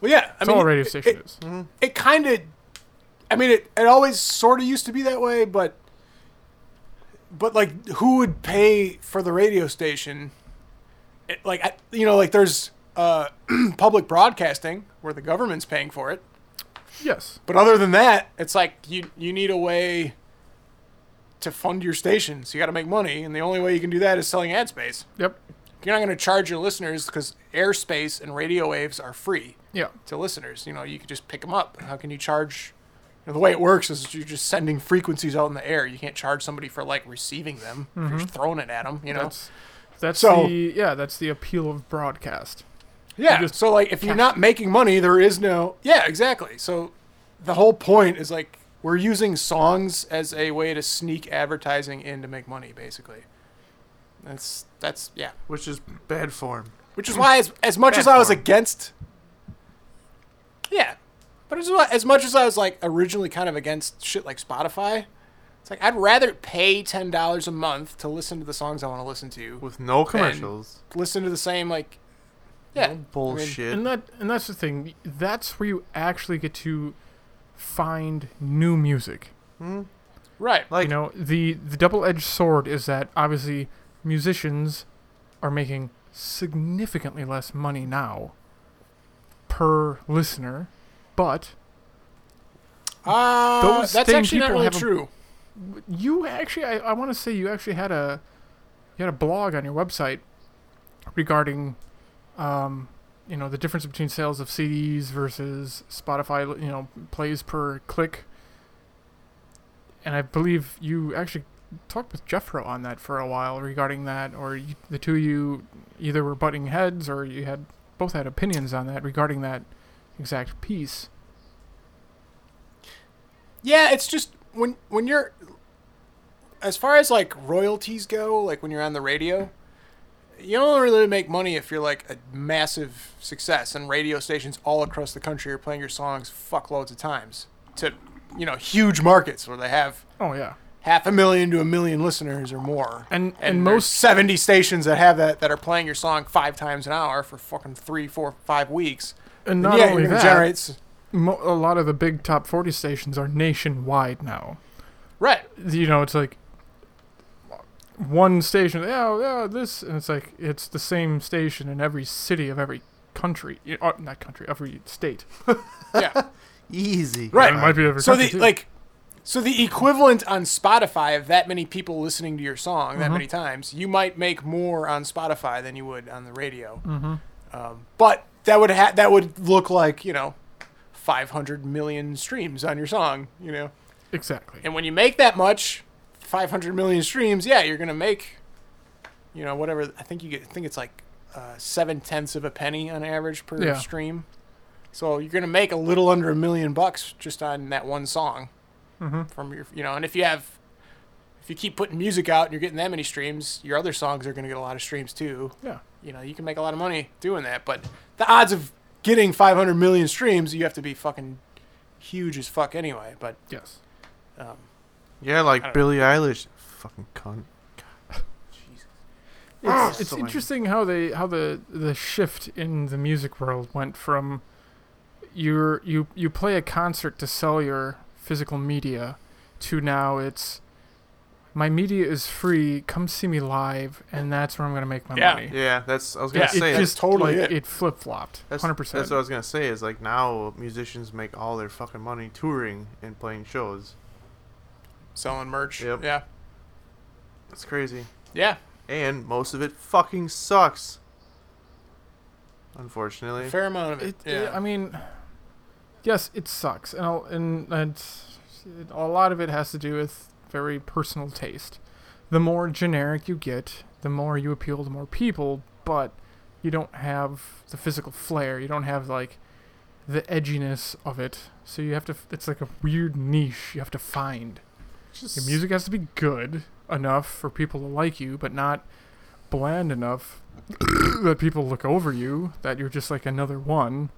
Well, yeah. I
That's
mean,
all a radio
it-
station
it,
is.
it kind of i mean it, it always sort of used to be that way but but like who would pay for the radio station it, like I, you know like there's uh, public broadcasting where the government's paying for it
Yes.
but other than that it's like you you need a way to fund your stations you got to make money and the only way you can do that is selling ad space
Yep.
you're not going to charge your listeners because airspace and radio waves are free
Yeah.
to listeners. You know, you could just pick them up. How can you charge And the way it works is you're just sending frequencies out in the air. You can't charge somebody for like receiving them. You're just throwing it at them, you know.
Mm-hmm. That's that's
So-
the yeah, that's the appeal of broadcast.
yeah.
just
so like, if you're not making money, there is no. Yeah, exactly. So the whole point is like we're using songs as a way to sneak advertising in to make money, basically. That's that's yeah.
which is bad form.
Which is why, as, as much as I was against, yeah, but as, mu- as much as I was like originally kind of against shit like Spotify, it's like I'd rather pay ten dollars a month to listen to the songs I want to listen to,
With no commercials.
listen to the same like, yeah,
Bullshit.
And that and that's the thing. That's where you actually get to find new music.
right,
like,
you know the the double-edged sword is that obviously musicians are making significantly less money now per listener but
uh,
those
that's
same
actually not
people
really
have a-
true.
you actually i, I want to say you actually had a you had a blog on your website regarding um, you know the difference between sales of cds versus spotify you know plays per click and i believe you actually talked with jeffro on that for a while regarding that or you, the two of you either were butting heads or you had both had opinions on that regarding that exact piece
Yeah, it's just when when you're as far as like royalties go, like when you're on the radio, you don't really make money if you're like a massive success and radio stations all across the country are playing your songs fuckloads of times to you know huge markets where they have
oh yeah
half a million to a million listeners or more.
And-
and,
and
there's
most-
70 stations that have that that are playing your song 5 times an hour for fucking three, four, five weeks.
and not
yeah, you're
only
gonna
that
generate s-
mo- a lot of the big top 40 stations are nationwide now.
right.
You know, it's like one station, yeah, yeah, this, and it's like it's the same station in every city of every country, y- uh, not country, every state.
Yeah.
easy.
Right.
It might be every
so
country
the
too.
like so the equivalent on spotify of that many people listening to your song that many times you might make more on spotify than you would on the radio um, but that would ha- that would look like you know 500 million streams on your song you know
exactly.
and when you make that much 500 million streams yeah you're gonna make you know whatever i think you get i think it's like uh, seven tenths of a penny on average per
Yeah.
stream so you're gonna make a little under a million bucks just on that one song from your you know and if you have if you keep putting music out and you're getting that many streams your other songs are gonna get a lot of streams too
Yeah.
you know you can make a lot of money doing that but the odds of getting 500 million streams you have to be fucking huge as fuck anyway but
Yes.
Yeah, like Billie Eilish. Fucking cunt.
Ah,
It's, it's
so lame.
interesting how they how the the shift in the music world went from you you you play a concert to sell your physical media to now it's my media is free come see me live and that's where I'm gonna make my
Yeah.
money.
Yeah, that's. I was gonna
Yeah,
It
say.
just
totally
like,
it.
flip flopped.
that's,
Hundred percent.
That's what I was gonna say. Is like now musicians make all their fucking money touring and playing shows.
selling merch.
Yep.
Yeah.
That's crazy.
Yeah.
And most of it fucking sucks. Unfortunately.
Fair amount of it.
It,
yeah.
I mean, yes, it sucks, and I'll, and and it- a lot of it has to do with very personal taste. The more generic you get, the more you appeal to more people, but you don't have the physical flair. You don't have like the edginess of it. So you have to. f- It's like a weird niche you have to find. Your music has to be good enough for people to like you, but not bland enough that people look over you, that you're just like another one.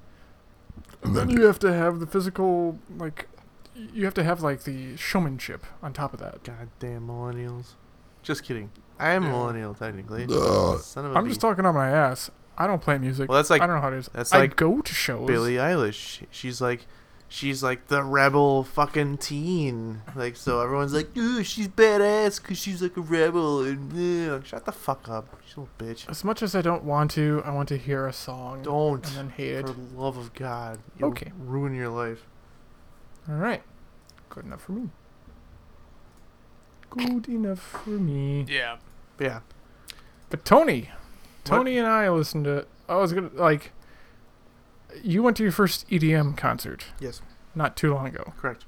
And then you have to have the physical, like, you have to have like the showmanship on top of that.
Goddamn millennials. Just kidding. I am a millennial technically. Son of a
I'm just
bee.
talking on my ass. I don't play music.
Well, that's like-
I don't know how it is.
that's
I
like
go to shows.
Billie Eilish. She- She's like, she's like the rebel fucking teen. Like so, everyone's like, ooh, she's badass because she's like a rebel. And eh." Like, shut the fuck up, she's a little bitch.
As much as I don't want to, I want to hear a song.
Don't.
And then hate
For
it.
the love of God, you'll
Okay.
ruin your life.
All right. Good enough for me. Good enough for me.
yeah.
But yeah,
But Tony, Tony and I listened to. I was gonna like. You went to your first EDM concert
yes,
not too long ago.
correct.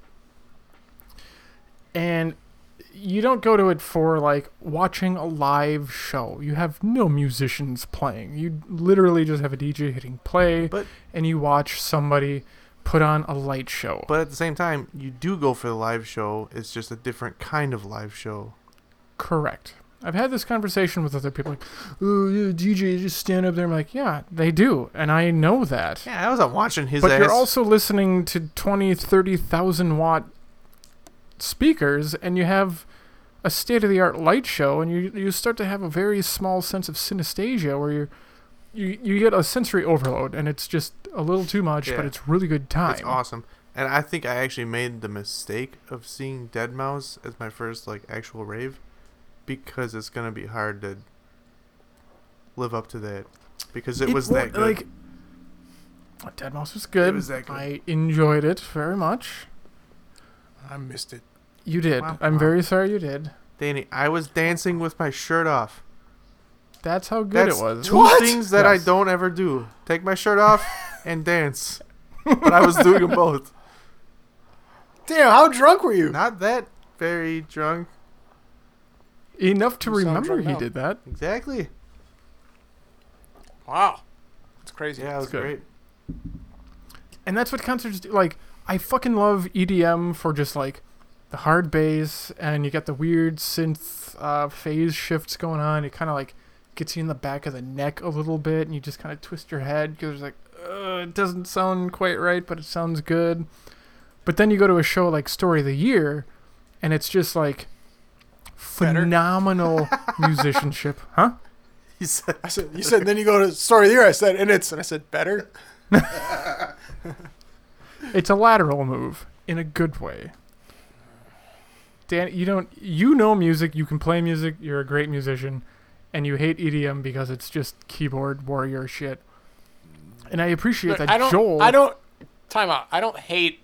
you don't go to it for like watching a live show. You have no musicians playing. You literally just have a DJ hitting play,
But-
and you watch somebody put on a light show.
But at the same time, you do go for the live show. It's just a different kind of live show.
Correct. I've had this conversation with other people, like, "Oh, yeah, DJ just stand up there." I'm like, "Yeah, they do," and I know that.
Yeah, I wasn't watching his
but
ass.
you're also listening to 20 30,000 watt speakers and you have a state of the art light show and you you start to have a very small sense of synesthesia where you're you, you get a sensory overload and it's just a little too much,
Yeah.
but it's really good time.
It's awesome. And I think I actually made the mistake of seeing Dead Mouse as my first like actual rave because it's gonna be hard to live up to that. Because it, was
wa-
that good.
Like, Dead Mouse was good.
was that good.
I enjoyed it very much.
I missed it.
You did.
Wow,
I'm
wow.
very sorry you did.
Danny, I was dancing with my shirt off.
That's how good
That's
it was.
two things that
Yes.
I don't ever do: take my shirt off and dance. But I was doing them both.
Damn, how drunk were you?
Not that very drunk,
Enough to
You sound
remember
drunk
he
now.
did that.
exactly.
Wow, that's crazy.
Yeah, it was
good.
great.
and that's what concerts do. Like, I fucking love EDM for just like the hard bass, and you got the weird synth uh, phase shifts going on. It kind of like gets you in the back of the neck a little bit, and you just kind of twist your head because like "Ugh, it doesn't sound quite right, but it sounds good. But then you go to a show like Story of the Year, and it's just like phenomenal musicianship, huh?
He said,
I said, you said, and then you go to story of the year. I said, and it's, and I said, better.
It's a lateral move in a good way. Dan, you don't you know music, you can play music, you're a great musician, and you hate EDM because it's just keyboard warrior shit. And I appreciate
Look,
that
I don't.
Joel
I don't. Time out. I don't hate.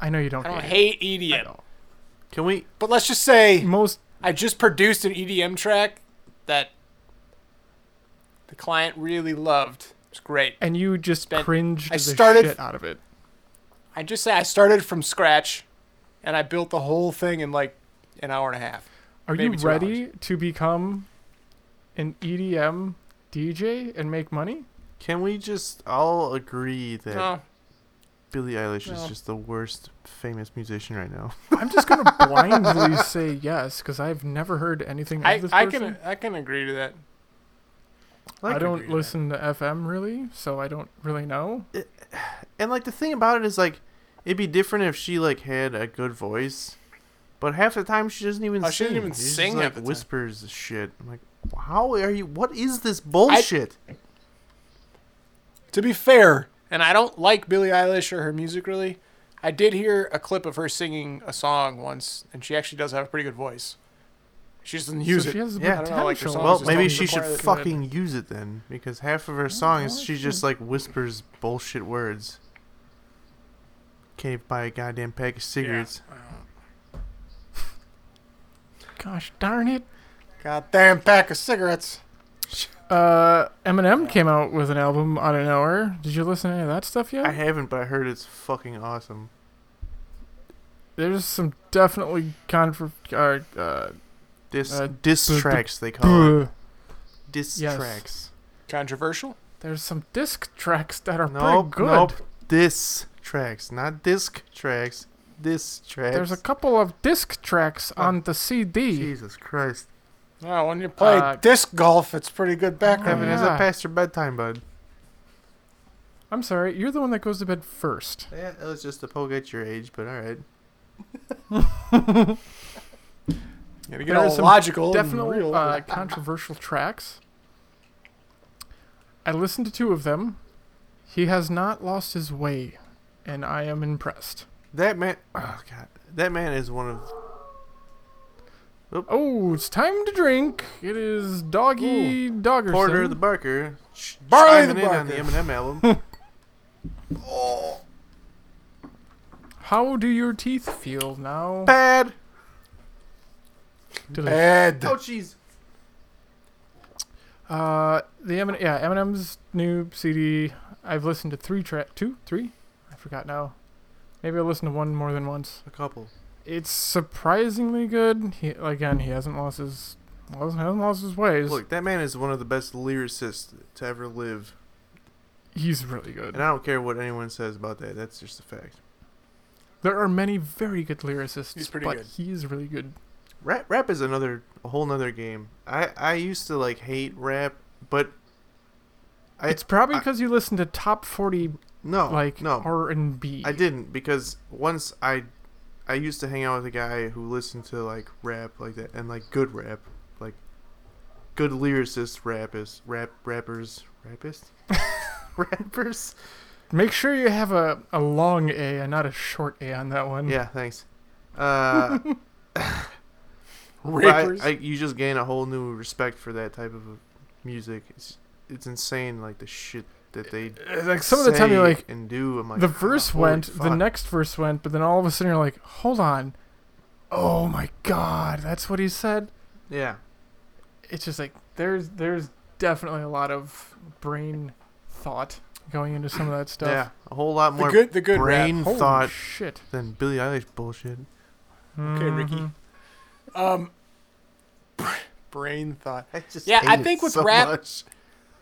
I know you don't,
I don't
hate,
hate E
it.
EDM.
"Can we?"
But let's just say
Most
I just produced an EDM track that the client really loved. It's great.
and you just
Spent-
cringed
I
the
started-
shit out of it.
I just say I started from scratch, and I built the whole thing in like an hour and a half.
Are you
maybe two
ready to become an E EDM DJ and make money?
Can we just all agree that
No,
Billie Eilish
No.
is just the worst famous musician right now?
I'm just gonna blindly say yes because I've never heard anything of
I,
this
I
person.
can I can agree to that.
Like,
I don't listen to FM really, so I don't really know.
And like the thing about it is like, it'd be different if she like had a good voice, but half the time she doesn't even.
Oh,
sing.
she doesn't even
She's just,
sing half
like,
the time.
whispers shit. I'm like, how are you? What is this bullshit?
To be fair, and I don't like Billie Eilish or her music really. I did hear a clip of her singing a song once, and she actually does have a pretty good voice. She just doesn't use
so
it.
She has the
Yeah, I
don't know, like, her
potential.
songs
well,
just
maybe
don't
she should
require that.
fucking use it then, because half of her songs she
like
just like whispers bullshit words. Can't buy a goddamn pack of cigarettes.
Gosh darn it.
Goddamn pack of cigarettes.
Uh, Eminem came out with an album out of nowhere. Did you listen to any of that stuff yet?
I haven't, but I heard it's fucking awesome.
There's some definitely contra. Uh, uh,
Dis
Uh,
diss
bu- bu-
tracks they call
bleh.
it. Diss
Yes.
tracks.
Controversial.
There's some disc tracks that are
Nope,
pretty good.
nope. Diss tracks, not disc tracks. Diss tracks.
There's a couple of disc tracks on the CD.
Jesus Christ.
Oh, when you play
Uh,
disc golf, it's pretty good background.
Kevin, is it
Oh, yeah.
past your bedtime, bud?
I'm sorry, you're the one that goes to bed first.
Yeah, that was just a poke at your age, but all right.
You gotta get
There are
all
some
logical. and
definitely
real.
uh, controversial tracks. I listened to two of them. He has not lost his way, and I am impressed.
That man, oh god, that man is one of
Oh, it's time to drink. It is doggy dogger.
Porter the Barker. ch-
Barley
chiming
the
in on the
Barker.
Eminem album.
How do your teeth feel now?
Bad.
Do they-
Bad.
Oh jeez.
Uh, the Emin- yeah, Eminem's new CD. I've listened to three track, two, three. I forgot now. Maybe I listened to one more than once.
A couple.
It's surprisingly good. He, again, he hasn't lost his hasn't hasn't lost his ways.
Look, that man is one of the best lyricists to ever live,
He's really good.
and I don't care what anyone says about that. That's just a fact.
There are many very good lyricists,
He's pretty
but
good.
he is really good.
Rap, rap is another a whole nother game. I I used to like hate rap, but I
It's probably
I-
because you listen to top forty
no
like
no
R and B.
I didn't because once I I used to hang out with a guy who listened to like rap like that and like good rap, like good lyricist rappers, rap rappers, rappist, rappers.
Make sure you have a, a long A and not a short A on that one.
Yeah, thanks. Uh, but I,
Rapers.
I, you just gain a whole new respect for that type of music. It's it's insane, like the shit that they
Uh, Like some of the time you're
say
like
and do. I'm like
the
"Oh,
verse
holy
went, the
fuck."
next verse went, but then all of a sudden you're like, hold on, oh my god, that's what he said.
Yeah,
It's just like there's there's definitely a lot of brain thought going into some of that stuff.
yeah, a whole lot
The
more
good, the good rap.
brain
Holy
thought
shit.
than Billie Eilish bullshit.
Okay, Ricky.
mm-hmm.
Um, brain thought.
I just
Yeah, I
hate
think
it
with
so
rap-
much.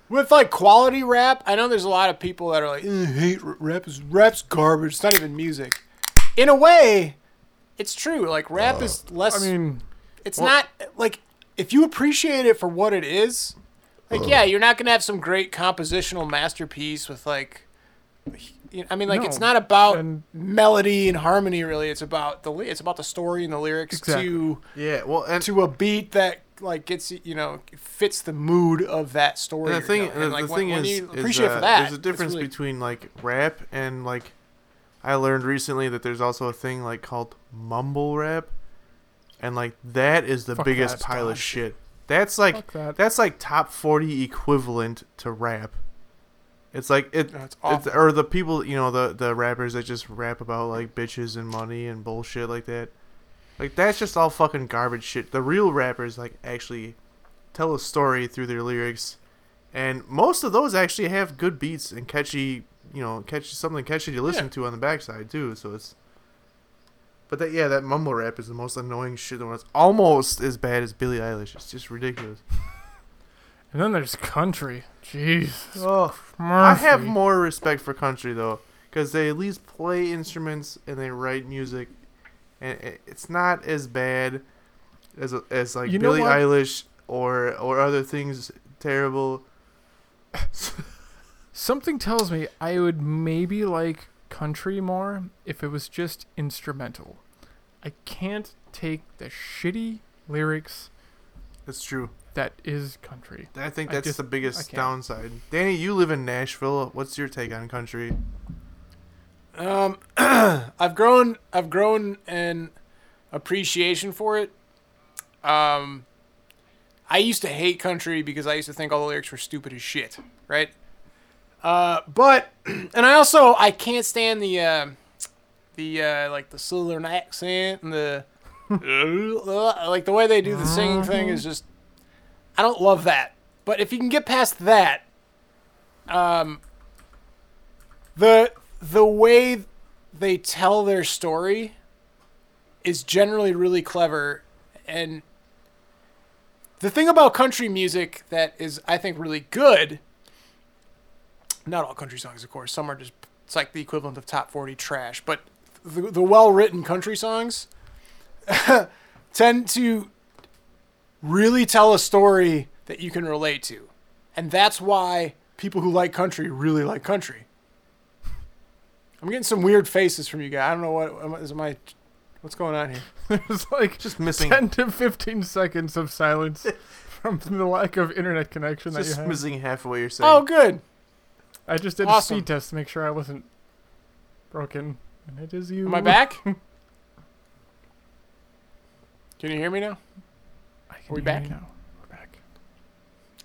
With like quality rap, I know there's a lot of people that are like, "Ugh, hate r- rap. is- Rap's garbage. It's not even music. In a way, it's true. Like rap is
Uh, I
less.
mean,
it's not like if you appreciate it for what it is.
Uh.
Like yeah, you're not gonna have some great compositional masterpiece with like. you know, I mean, like it's
No,
not about
and-
melody and harmony really. It's about the ly- it's about the story and the lyrics
Exactly.
to
Yeah, well, and
to a beat that like gets you know fits the mood of that story.
And the
you're
thing,
telling.
and
And,
the
like, when-
thing
when
is,
you
is,
appreciate it
uh,
for that.
there's a
it's
difference
really-
between like rap and like I learned recently that there's also a thing like called mumble rap, and like that is the
Fuck
biggest
that,
pile
dog.
of shit. That's like
Fuck that.
that's like top forty equivalent to rap. It's like it,
That's
it's,
awful.
or the people you know the the rappers that just rap about like bitches and money and bullshit like that. Like that's just all fucking garbage shit. The real rappers like actually tell a story through their lyrics, and most of those actually have good beats and catchy, you know, catchy something catchy to listen
Yeah.
to on the backside too. So it's, but that yeah, that mumble rap is the most annoying shit. in The world. It's almost as bad as Billie Eilish. It's just ridiculous.
and then there's country. Jeez.
Oh, I have
Murphy.
more respect for country though, because they at least play instruments and they write music, and i- it's not as bad as as like
You know
Billie
what?
Eilish or or other things terrible.
Something tells me I would maybe like country more if it was just instrumental. I can't take the shitty lyrics
That's true.
that is country.
I think
I
that's
just-
the
I
biggest
can't.
downside. Danny, you live in Nashville. What's your take on country?
Um, I've grown, I've grown an appreciation for it. Um, I used to hate country because I used to think all the lyrics were stupid as shit, right? Uh, but and I also I can't stand the uh, the uh, like the southern accent and the like the way they do the singing thing is just I don't love that. But if you can get past that, um, the the way they tell their story is generally really clever and the thing about country music that is i think really good not all country songs of course some are just it's like the equivalent of top 40 trash but the, the well-written country songs tend to really tell a story that you can relate to and that's why people who like country really like country I'm getting some weird faces from you guys. I don't know what am I- is my what's going on here.
There's like
Just missing,
10 to 15 seconds of silence from the lack of internet connection that you
just
have.
missing half of what you're saying.
Oh, good.
I just did
Awesome.
a speed test to make sure I wasn't broken. And it is you.
Am I back? Can you hear me now?
I can
Are we
hear
back?
you now. We're back.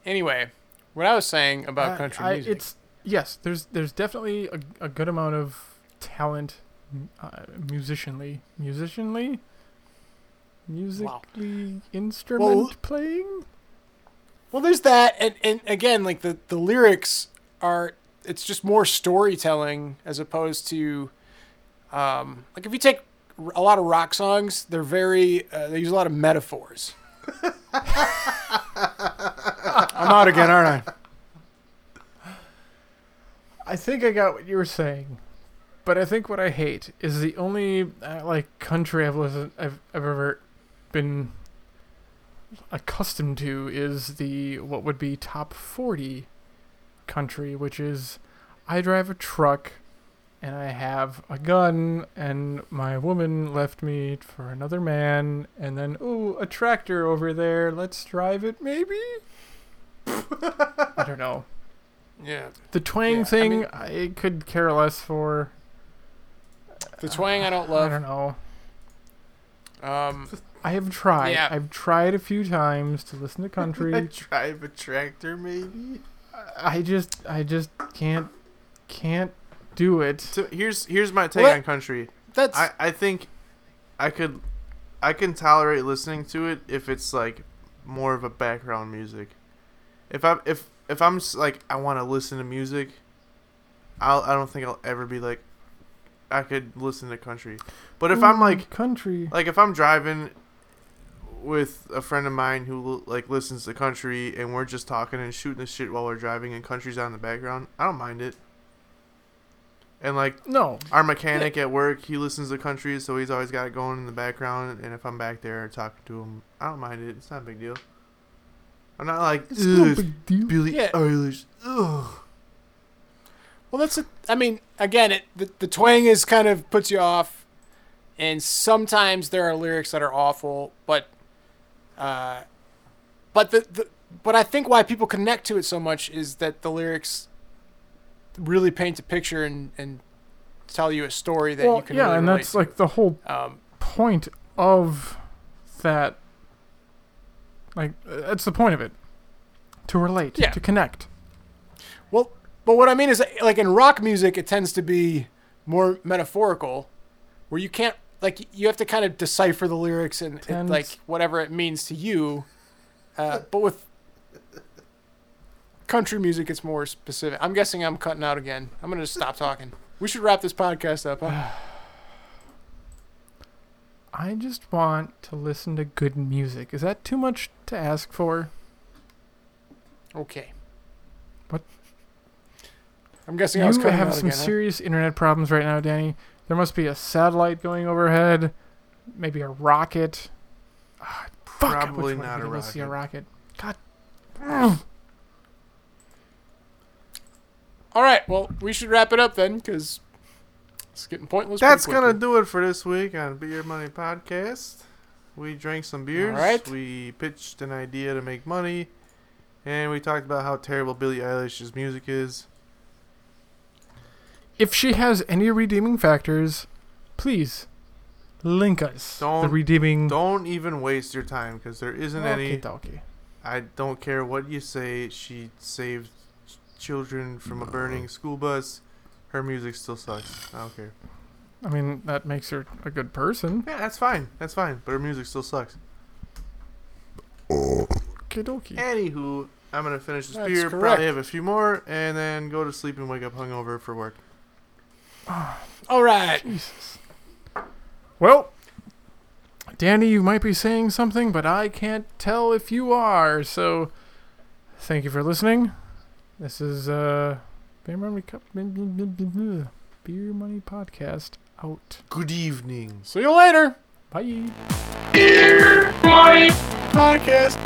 Anyway, what I was saying about
I-
country
I-
music.
It's yes. There's there's definitely a, a good amount of talent, m- uh, musicianly, musicianly, musically instrument
Well,
playing.
Well, there's that, and and again, like the the lyrics are, it's just more storytelling as opposed to, um, like if you take a lot of rock songs. They're very uh, they use a lot of metaphors. I'm out again, aren't I?
I think I got what you were saying, but I think what I hate is the only uh, like country I've listened I've ever been accustomed to is the what would be top 40 country, which is I drive a truck and I have a gun and my woman left me for another man and then oh a tractor over there let's drive it maybe I don't know
Yeah.
the twang
Yeah, I
thing, I,
mean-
could care less for.
The twang I don't
I
love.
don't know.
Um,
I have tried.
Yeah.
I've tried a few times to listen to
I
country.
drive a tractor, maybe.
I just, I just can't, can't do it.
So here's here's my take
What?
on country.
that's
I, I think I could I can tolerate listening to it if it's like more of a background music. If I if if I'm s- like I want to listen to music, I'll I don't think I'll ever be like I could listen to country. But if I'm
Ooh,
like
country,
like if I'm driving with a friend of mine who l- like listens to country and we're just talking and shooting the shit while we're driving and country's on in the background, I don't mind it. And like
no,
our mechanic at work, he listens to country, so he's always got it going in the background. And if I'm back there talking to him, I don't mind it. It's not a big deal. I'm not like
it's no
"Ugh,
big deal.
Billy
Yeah.
Eilish. Ugh.
Well, that's a, I mean, again, it the, the twang is kind of puts you off, and sometimes there are lyrics that are awful, but, uh, but the, the but I think why people connect to it so much is that the lyrics really paint a picture and and tell you a story that
Well,
you can
yeah,
really
and
relate
that's
to.
like the whole
um,
point of that. Like, uh, that's the point of it. To relate,
Yeah.
to connect.
Well, but what I mean is, like in rock music, it tends to be more metaphorical, where you can't like you have to kind of decipher the lyrics and it-
Tends-
like whatever it means to you. Uh, but with country music, it's more specific. I'm guessing I'm cutting out again. I'm gonna just stop talking. We should wrap this podcast up. Huh?
I just want to listen to good music. Is that too much to ask for?
Okay.
What?
I'm guessing I was
You
cutting
have
out
some
again. huh?
serious internet problems right now, Danny. There must be a satellite going overhead, maybe a rocket. Ah, fuck, I wish
Probably
I
not
could
a
go See a rocket. God.
All right. Well, we should wrap it up then, because it's getting pointless. pretty
That's gonna
quickly.
do it for this week on Beer Money Podcast. We drank some beers.
right.
We pitched an idea to make money, and we talked about how terrible Billie Eilish's music is.
If she has any redeeming factors, please link us the
Don't-
redeeming.
Don't even waste your time because there isn't any.
Okey-dokey.
I don't care what you say. She saved ch- children from a burning school bus. Her music still sucks. I don't care.
I mean, that makes her a good person.
Yeah, that's fine. That's fine. But her music still sucks.
Okey-dokey.
Anywho, I'm gonna finish this
That's
beer.
correct.
Probably have a few more, and then go to sleep and wake up hungover for work.
All right.
Jesus. Well, Danny, you might be saying something, but I can't tell if you are. So, thank you for listening. This is uh, Beer Money Cup, Beer Money Podcast out.
Good evening.
See you later.
Bye.
Beer Money
Podcast.